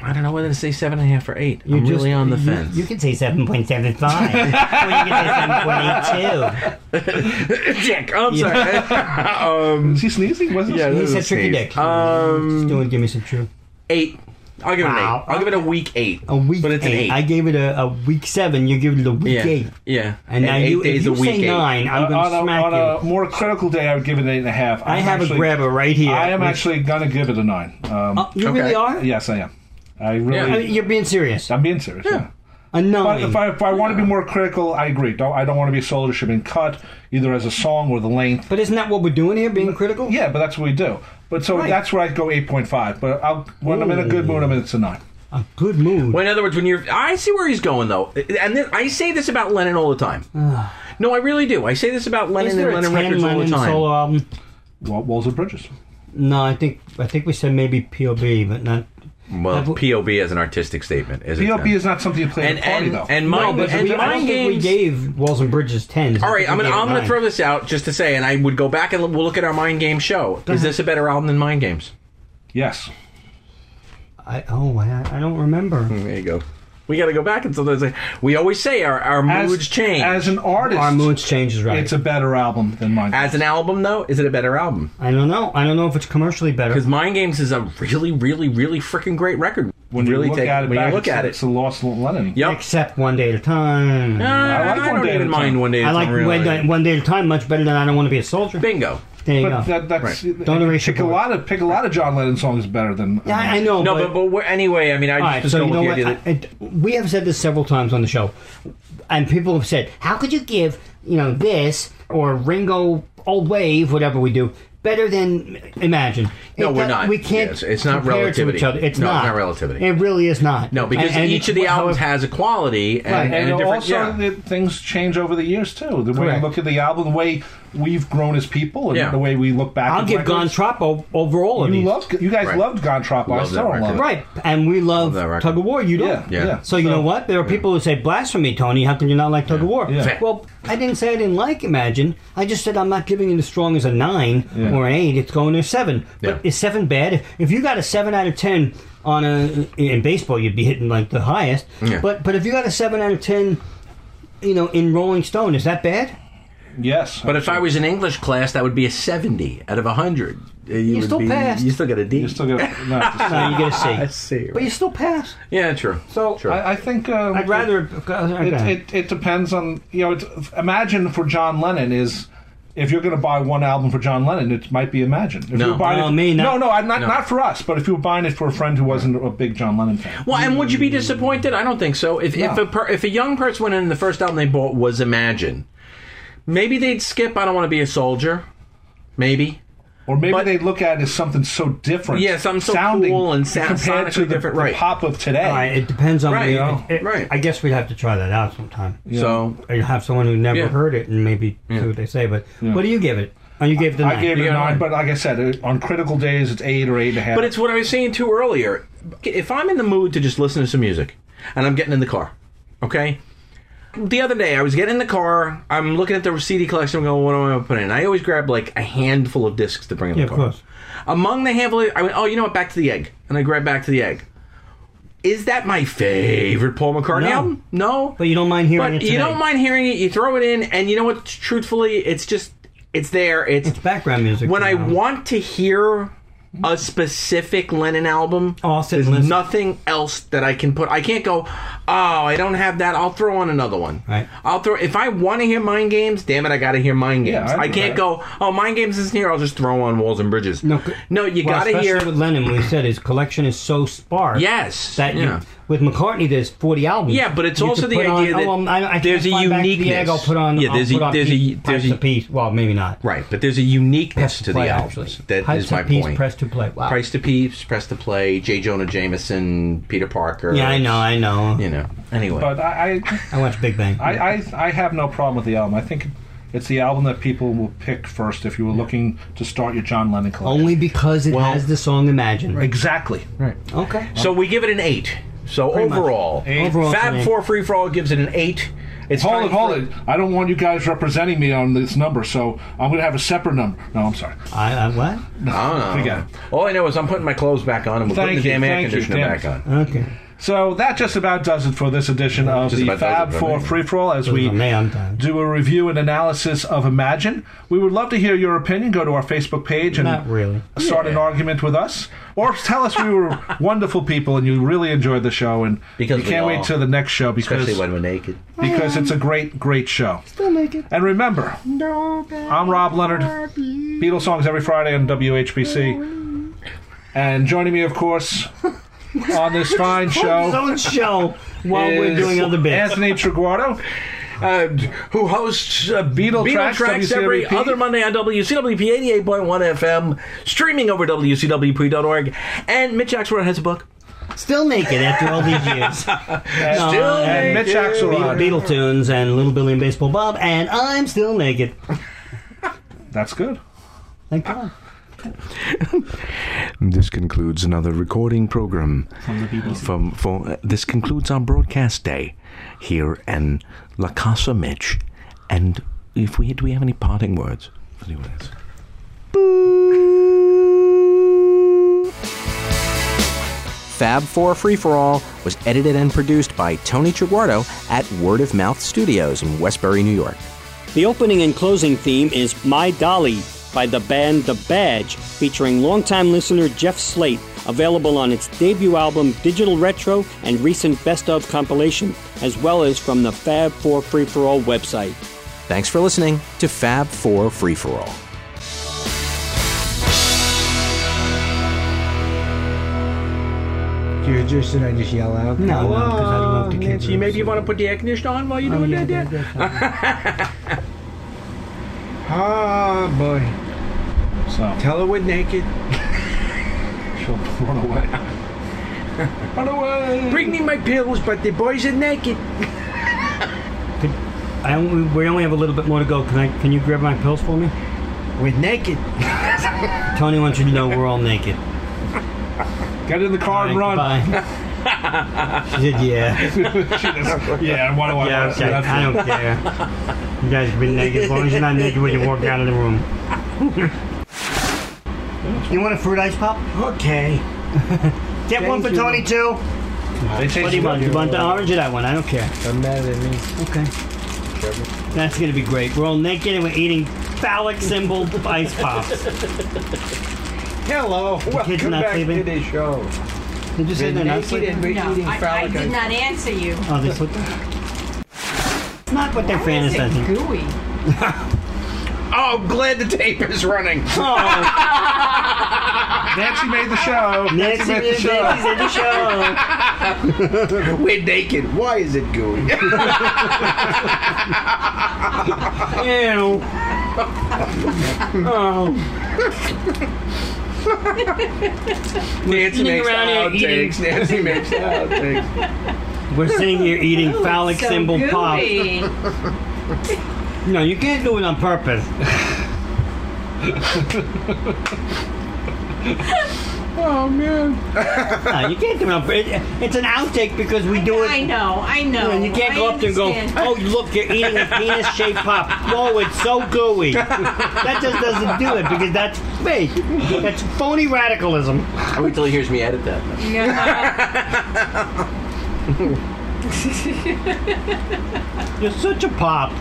I don't know whether to say seven and a half or eight. You I'm just- really on the you- fence. You can say seven point seven five, or you can say seven point eight Dick, I'm sorry. um, Is he sneezing? Was yeah, two. He this said is tricky Steve. dick. Um, Just doing give me some truth. eight. I'll give it Wow. an eight. I'll give it a weak eight. A week but it's an eight. eight. I gave it a, a week seven. You give it a week yeah, eight. yeah. And now eight you, days if you a week say eight. nine, I'm on, going to a, smack on a you. more critical day, I would give it an eight and a half. I Uh, I'm have actually- a grabber right here. I am which- actually going to give it a nine. Um, Oh, you Okay. really are? yes, I am. I Yeah. really. I mean, you're being serious. I'm being serious. Yeah. But A nine. if I, if I want to be more critical, I agree. Don't, I don't want to be sold as should have been cut either as a song or the length. but isn't that what we're doing here? Being critical? Yeah, but that's what we do. But so Right. that's where I'd go eight point five. But I'll, when I'm in a good mood, I'm in it's a nine. A good mood. Well, in other words, when you're, I see where he's going though, and this, I say this about Lennon all the time. no, I really do. I say this about Is Lennon there and a Lennon 10 records all the Lennon time. solo album? Wa- Walls and bridges. No, I think I think we said maybe POB, but not. Well, Have we- POB as an artistic statement is POP it? is not something you play and at a party and though. and mind, no, but and we, I mind don't think we games. gave Walls and Bridges tens. all right, I'm gonna I'm gonna throw this out just to say, and I would go back and look- we'll look at our mind game show. is this a better album than Mind Games? yes, I, oh, I, I don't remember. There you go. We got to go back and sometimes like, we always say our our as, moods change. as an artist, Our moods changes, right? it's a better album than mine. As an album though, is it a better album? I don't know. I don't know if it's commercially better. Because Mind Games is a really, really, really freaking great record. when you really look take- at it, when back, you look it's, at it, it's a lost Lennon. Yep. Except one day at a time. Uh, I, like One don't Day at a even Time. mind one day. I at a like Time, really. one, day, one day at a time much better than I don't want to be a soldier. Bingo. There you But go. that, that's Don't erase pick your a board. lot of pick a lot of John Lennon songs better than Yeah, I I know. No, but, but we're, anyway, I mean, I Oh, All just, right, just so go you know with the what? idea I, I, we have said this several times on the show, and people have said, "How could you give you know this or Ringo Old Wave, whatever we do, better than Imagine?" No, It we're do- not. We can't. Yes, it's not compare it to relativity. each other. It's No, it's not. not relativity. It really is not. No, because And- and each of the wh- albums however- has a quality and, Right. and, and a different. also yeah. that things change over the years too. The way Correct. you look at the album, the way we've grown as people, and Yeah. the way we look back. I'll at give Gone records. Tropo over all of You these. loved, you guys Right. loved Gone Tropo. I Love still that don't love record. it. right, and we love, that record. Tug of War. You don't. Yeah, yeah. Yeah. So you know what? There are people who say blasphemy, Tony. How can you not like tug of war? Yeah. Well, I didn't say I didn't like Imagine. I just said I'm not giving it as strong as a nine Yeah. or an eight. It's going to a seven. But Yeah. is seven bad? If, if you got a seven out of ten on a in baseball, you'd be hitting like the highest. Yeah. But but if you got a seven out of ten, you know, in Rolling Stone, is that bad? Yes, But if I was in English class, that would be a 70 out of 100. Uh, You would still be, passed. You still got a D. you still get no, it's the No, same. you get a I C. see. But you still pass. Yeah, true. So Sure. I, I think um, I'd rather. uh, it, it, it depends on you know. It's, imagine for John Lennon is. If you're going to buy one album for John Lennon, it might be Imagine. If No. you're buying No, it, Oh, me, no, not- no, I'm not No. not for us. But if you were buying it for a friend who wasn't a big John Lennon fan, Well, and would you be disappointed? I don't think so. If if No. a per, if a young person went in and the first album they bought was Imagine, maybe they'd skip. I don't want to be a soldier. Maybe. Or maybe But- they look at it as something so different. Yeah, something so sounding cool and sa- compared to sonically the, different, the right. pop of today. All right, it depends on Right, the- you know, it- right. I guess we'd have to try that out sometime. So Or you have someone who never Yeah. heard it and maybe see what they say. But what do you give it? Oh, you gave it a I nine. gave it Yeah, a nine, right. but like I said, it, on critical days it's eight or eight and a half. But it's what I was saying too earlier. If I'm in the mood to just listen to some music, and I'm getting in the car, okay. The other day, I was getting in the car. I'm looking at the CD collection. I'm going, what am I going to put in? I always grab like a handful of discs to bring in Yeah, the of car. course. Among the handful, I went, oh, you know what? Back to the egg, and I grabbed back to the egg. Is that my favorite Paul McCartney No. album? No, But you don't mind hearing But it. you today. don't mind hearing it. You throw it in, and you know what? Truthfully, it's just it's there. It's It's background music. when I now. want to hear a specific Lennon album, Oh, I'll sit there's and listen. nothing else that I can put. I can't go. Oh, I don't have that. I'll throw on another one. Right. I'll throw if I want to hear Mind Games. Damn it, I got to hear Mind Yeah, Games. I I, can't go. Oh, Mind Games isn't here. I'll just throw on Walls and Bridges. No, no, you well, got to especially hear. with Lennon. We said his collection is so sparse. Yes, That you- yeah. with McCartney, there's 40 albums. Yeah, but it's You also could the put on- idea that oh, um, I, I can't there's a fly back to the uniqueness. egg, I'll put on. Yeah, I'll there's a- put on there's a- piece- there's press a- to piece. Well, maybe not. Right, but there's a uniqueness to the play, albums. actually. That Press is to my piece, point. press to play. Wow. Price to Peeps, Press to Play, J. Jonah Jameson, Peter Parker. Yeah, I know, I know. You know. Anyway. but I, I watch Big Bang. I, I, I, I have no problem with the album. I think it's the album that people will pick first if you were looking to start your John Lennon collection. Only because it Well- has the song Imagine. exactly. right. Okay. So we give it an eight. So much. overall, Eight. Overall, it's an Fab eight. Four Free for All gives it an eight. It's Hold it, time hold for- it. I don't want you guys representing me on this number, so I'm going to have a separate number. No, I'm sorry. I, I what? I don't Forget know. it. All I know is I'm putting my clothes back on and we're Thank putting the damn you, air thank you, conditioner damn back it. on. Okay. So that just about does it for this edition of Just the about does it Fab for Four me. Free For All as we for me, I'm done. do a review and analysis of Imagine. We would love to hear your opinion. Go to our Facebook page and Not really. start an argument with us, or tell us we were wonderful people and you really enjoyed the show and Because you we can't wait are. till the next show Especially because when we're naked. because it's a great great show. Still make it. And remember, I'm Rob Leonard. Beatles songs every Friday on WHBC. And joining me, of course, on this fine His show own show while we're is doing other bits. Anthony Triguardo. uh, who hosts uh, Beatle Tracks, Tracks every WCWP. other Monday on WCWP 88.1 FM, streaming over WCWP.org. And Mitch Axelrod has a book. Still naked after all these years. Still and Mitch Beatle, Axelrod. Beatle tunes and Little Billy and Baseball Bob, and I'm still naked. That's good. Thank God. This concludes another recording program. From the BBC. From for this concludes our broadcast day here in La Casa Mitch. And if we do, we have any parting words? Anyone else? Fab Four Free for All was edited and produced by Tony Triguardo at Word of Mouth Studios in Westbury, New York. The opening and closing theme is My Dolly by the band The Badge, featuring longtime listener Jeff Slate, available on its debut album Digital Retro and recent Best of compilation, as well as from the Fab 4 Free For All website. Thanks for listening to Fab Four Free for All. should I just yell out? No, because I love the kids. Oh, Nancy, maybe you want to put the air conditioner on while you're Oh, doing that there? Ah, boy. So Tell her we're naked. she'll run away. run away. Bring me my pills, but the boys are naked. I only, we only have a little bit more to go. Can I? Can you grab my pills for me? We're naked. Tony wants you to know we're all naked. Get in the car and run. Bye. she said, "Yeah, Yeah, what do I yeah, want to okay. I don't care. You guys have been naked as long as you're not naked when you walk out of the room." you want a fruit ice pop? Okay. Get one for Tony too. They taste What do you want? You good. want the orange or that one? I don't care. Don't matter at me. Okay. That's gonna be great. We're all naked and we're eating phallic symbol ice pops. Hello. kid's Welcome not back sleeping? to the show. They just We're said they're not naked sleeping. and we're No, eating I, I frolic. did not answer you. Oh, they put. It's not what they're Why is it fantasizing. gooey? Oh, glad the tape is running. Oh, Nancy made the show. Nancy Nancy, made the Nancy's show. in the show. We're naked. Why is it gooey? Ew. Oh, Nancy Sitting makes the around here outtakes. Nancy makes the outtakes. we're sitting here eating phallic So symbol pop. gooey. No, you can't do it on purpose. Oh man. No, you can't do it on purpose. it's an outtake because we do it. I know, I know. And you can't go I up there and go, understand. oh, look, you're eating a penis shaped pop. Whoa, it's so gooey. That just doesn't do it because that's fake. That's phony radicalism. I wait till he hears me edit that. You're such a pop.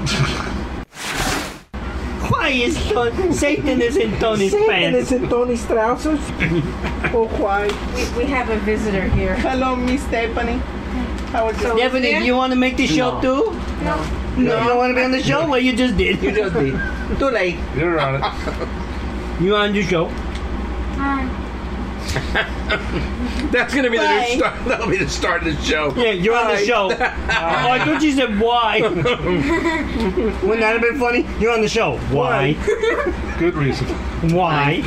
Why is Ton- Satan is in Tony's pants? in Tony Strauss's. oh, why? we have a visitor here. Hello, Miss Stephanie. How is So- Devin, Yeah. you want to make the show too? No. You don't want to be on the show? Well, you just did. Just be too late. You're on it. You on your show? That's gonna be the Bye. new start. That'll be the start of the show. Yeah, you're on the Bye. show. oh, I thought you said why. Wouldn't that have been funny? You're on the show. Why? Good reason. Why?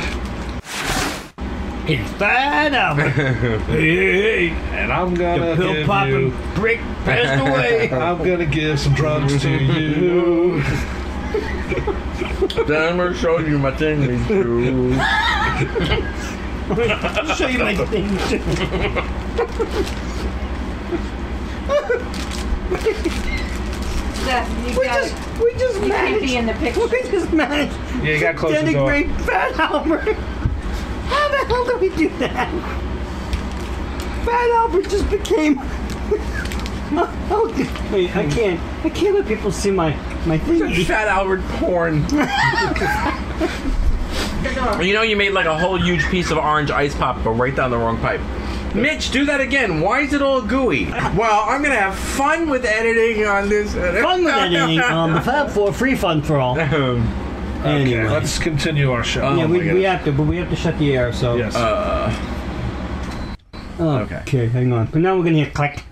It's fine. I'm hey, And I'm gonna pill give popping you. prick passed away. I'm gonna give some drugs to you. Then I'm gonna show you my thing. too. Show you my thing. Seth, you We gotta- just, we just you can't be in managed. the picture. We just managed Yeah, you got to close the door. denigrate Fat Albert. How the hell do we do that? Fat Albert just became. Oh, wait, I can't. I can't let people see my my thing. Fat Albert porn. you know, you made like a whole huge piece of orange ice pop, but right down the wrong pipe. Mitch, do that again. Why is it all gooey? Well, I'm gonna have fun with editing on this. fun with editing on the Fab Four free fun for all. anyway, Let's continue our show. yeah, Oh my we, we goodness. have to, but we have to shut the air. So yes. Oh, Okay. Uh, Okay, hang on. But now we're gonna hear click,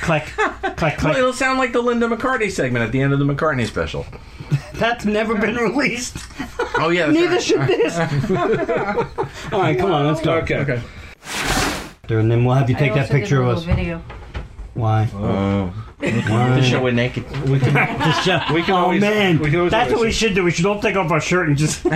click, click, Well, click. it'll sound like the Linda McCartney segment at the end of the McCartney special. That's never been released. Oh yeah, that's Neither right. should this. All right, come on, let's go. Okay. Okay. And then we'll have you I take that also did picture a of little us. Video. Why? Oh, Why? the show we're naked. We can, just show- We can oh always- man, we can always that's do what we this. should do. We should all take off our shirt and just see.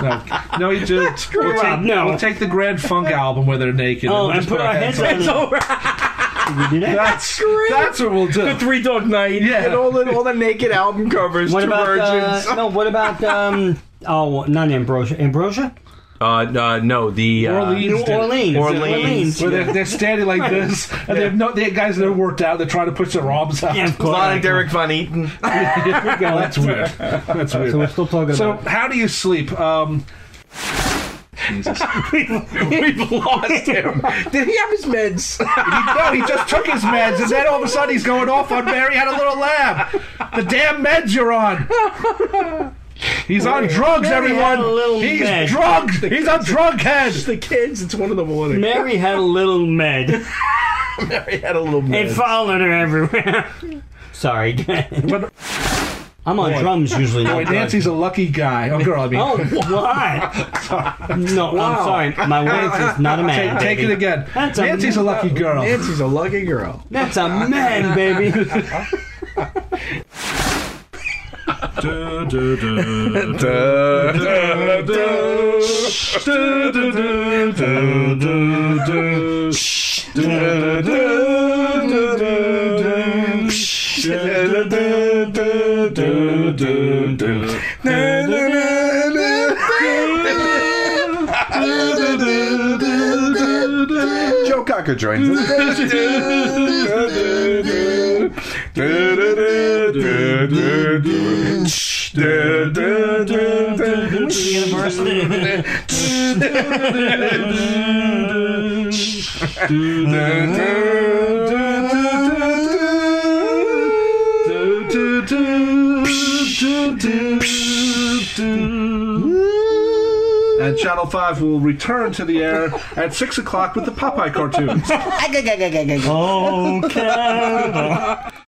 No, no, you do. we'll Rob, take, no. we'll take the Grand Funk album where they're naked. Oh, we'll and just put our heads on. on. Over. Did we do that? That's That's what we'll do. Three Dog Night. Yeah. and all the all the naked album covers. What two about virgins. uh, no? What about um? Oh, not ambrosia. Ambrosia. Uh, uh, no, the uh, Orleans. New did it. Orleans. Orleans. Where they're, they're standing like this, and they have no. They guys that are worked out. They're trying to push their arms out. Yeah, of a course. lot of Derek Von Eaton. Oh, that's weird. That's So we're weird. still talking So, about. how do you sleep? Um, We've lost him. Did he have his meds? he, no, he just took his meds, and then all of a sudden he's going off on Mary had a little lab. The damn meds you're on. He's on drugs, Mary had a little everyone. He's med. drugged. He's a drug head. the kids. It's one in the morning. Mary had a little med. Mary had a little It med. followed her everywhere. Sorry. But I'm on drums usually. not boy, drugs. Nancy's a lucky guy. Oh, girl, I mean. Oh, why? No, I'm sorry. My wife is not a man. Take, take baby. it again. That's a- Nancy's a lucky girl. Nancy's a lucky girl. That's a man, baby. Joe Cocker joins us. University. And Channel 5 will return to the air at 6 o'clock with the Popeye cartoons. Oh, Canada.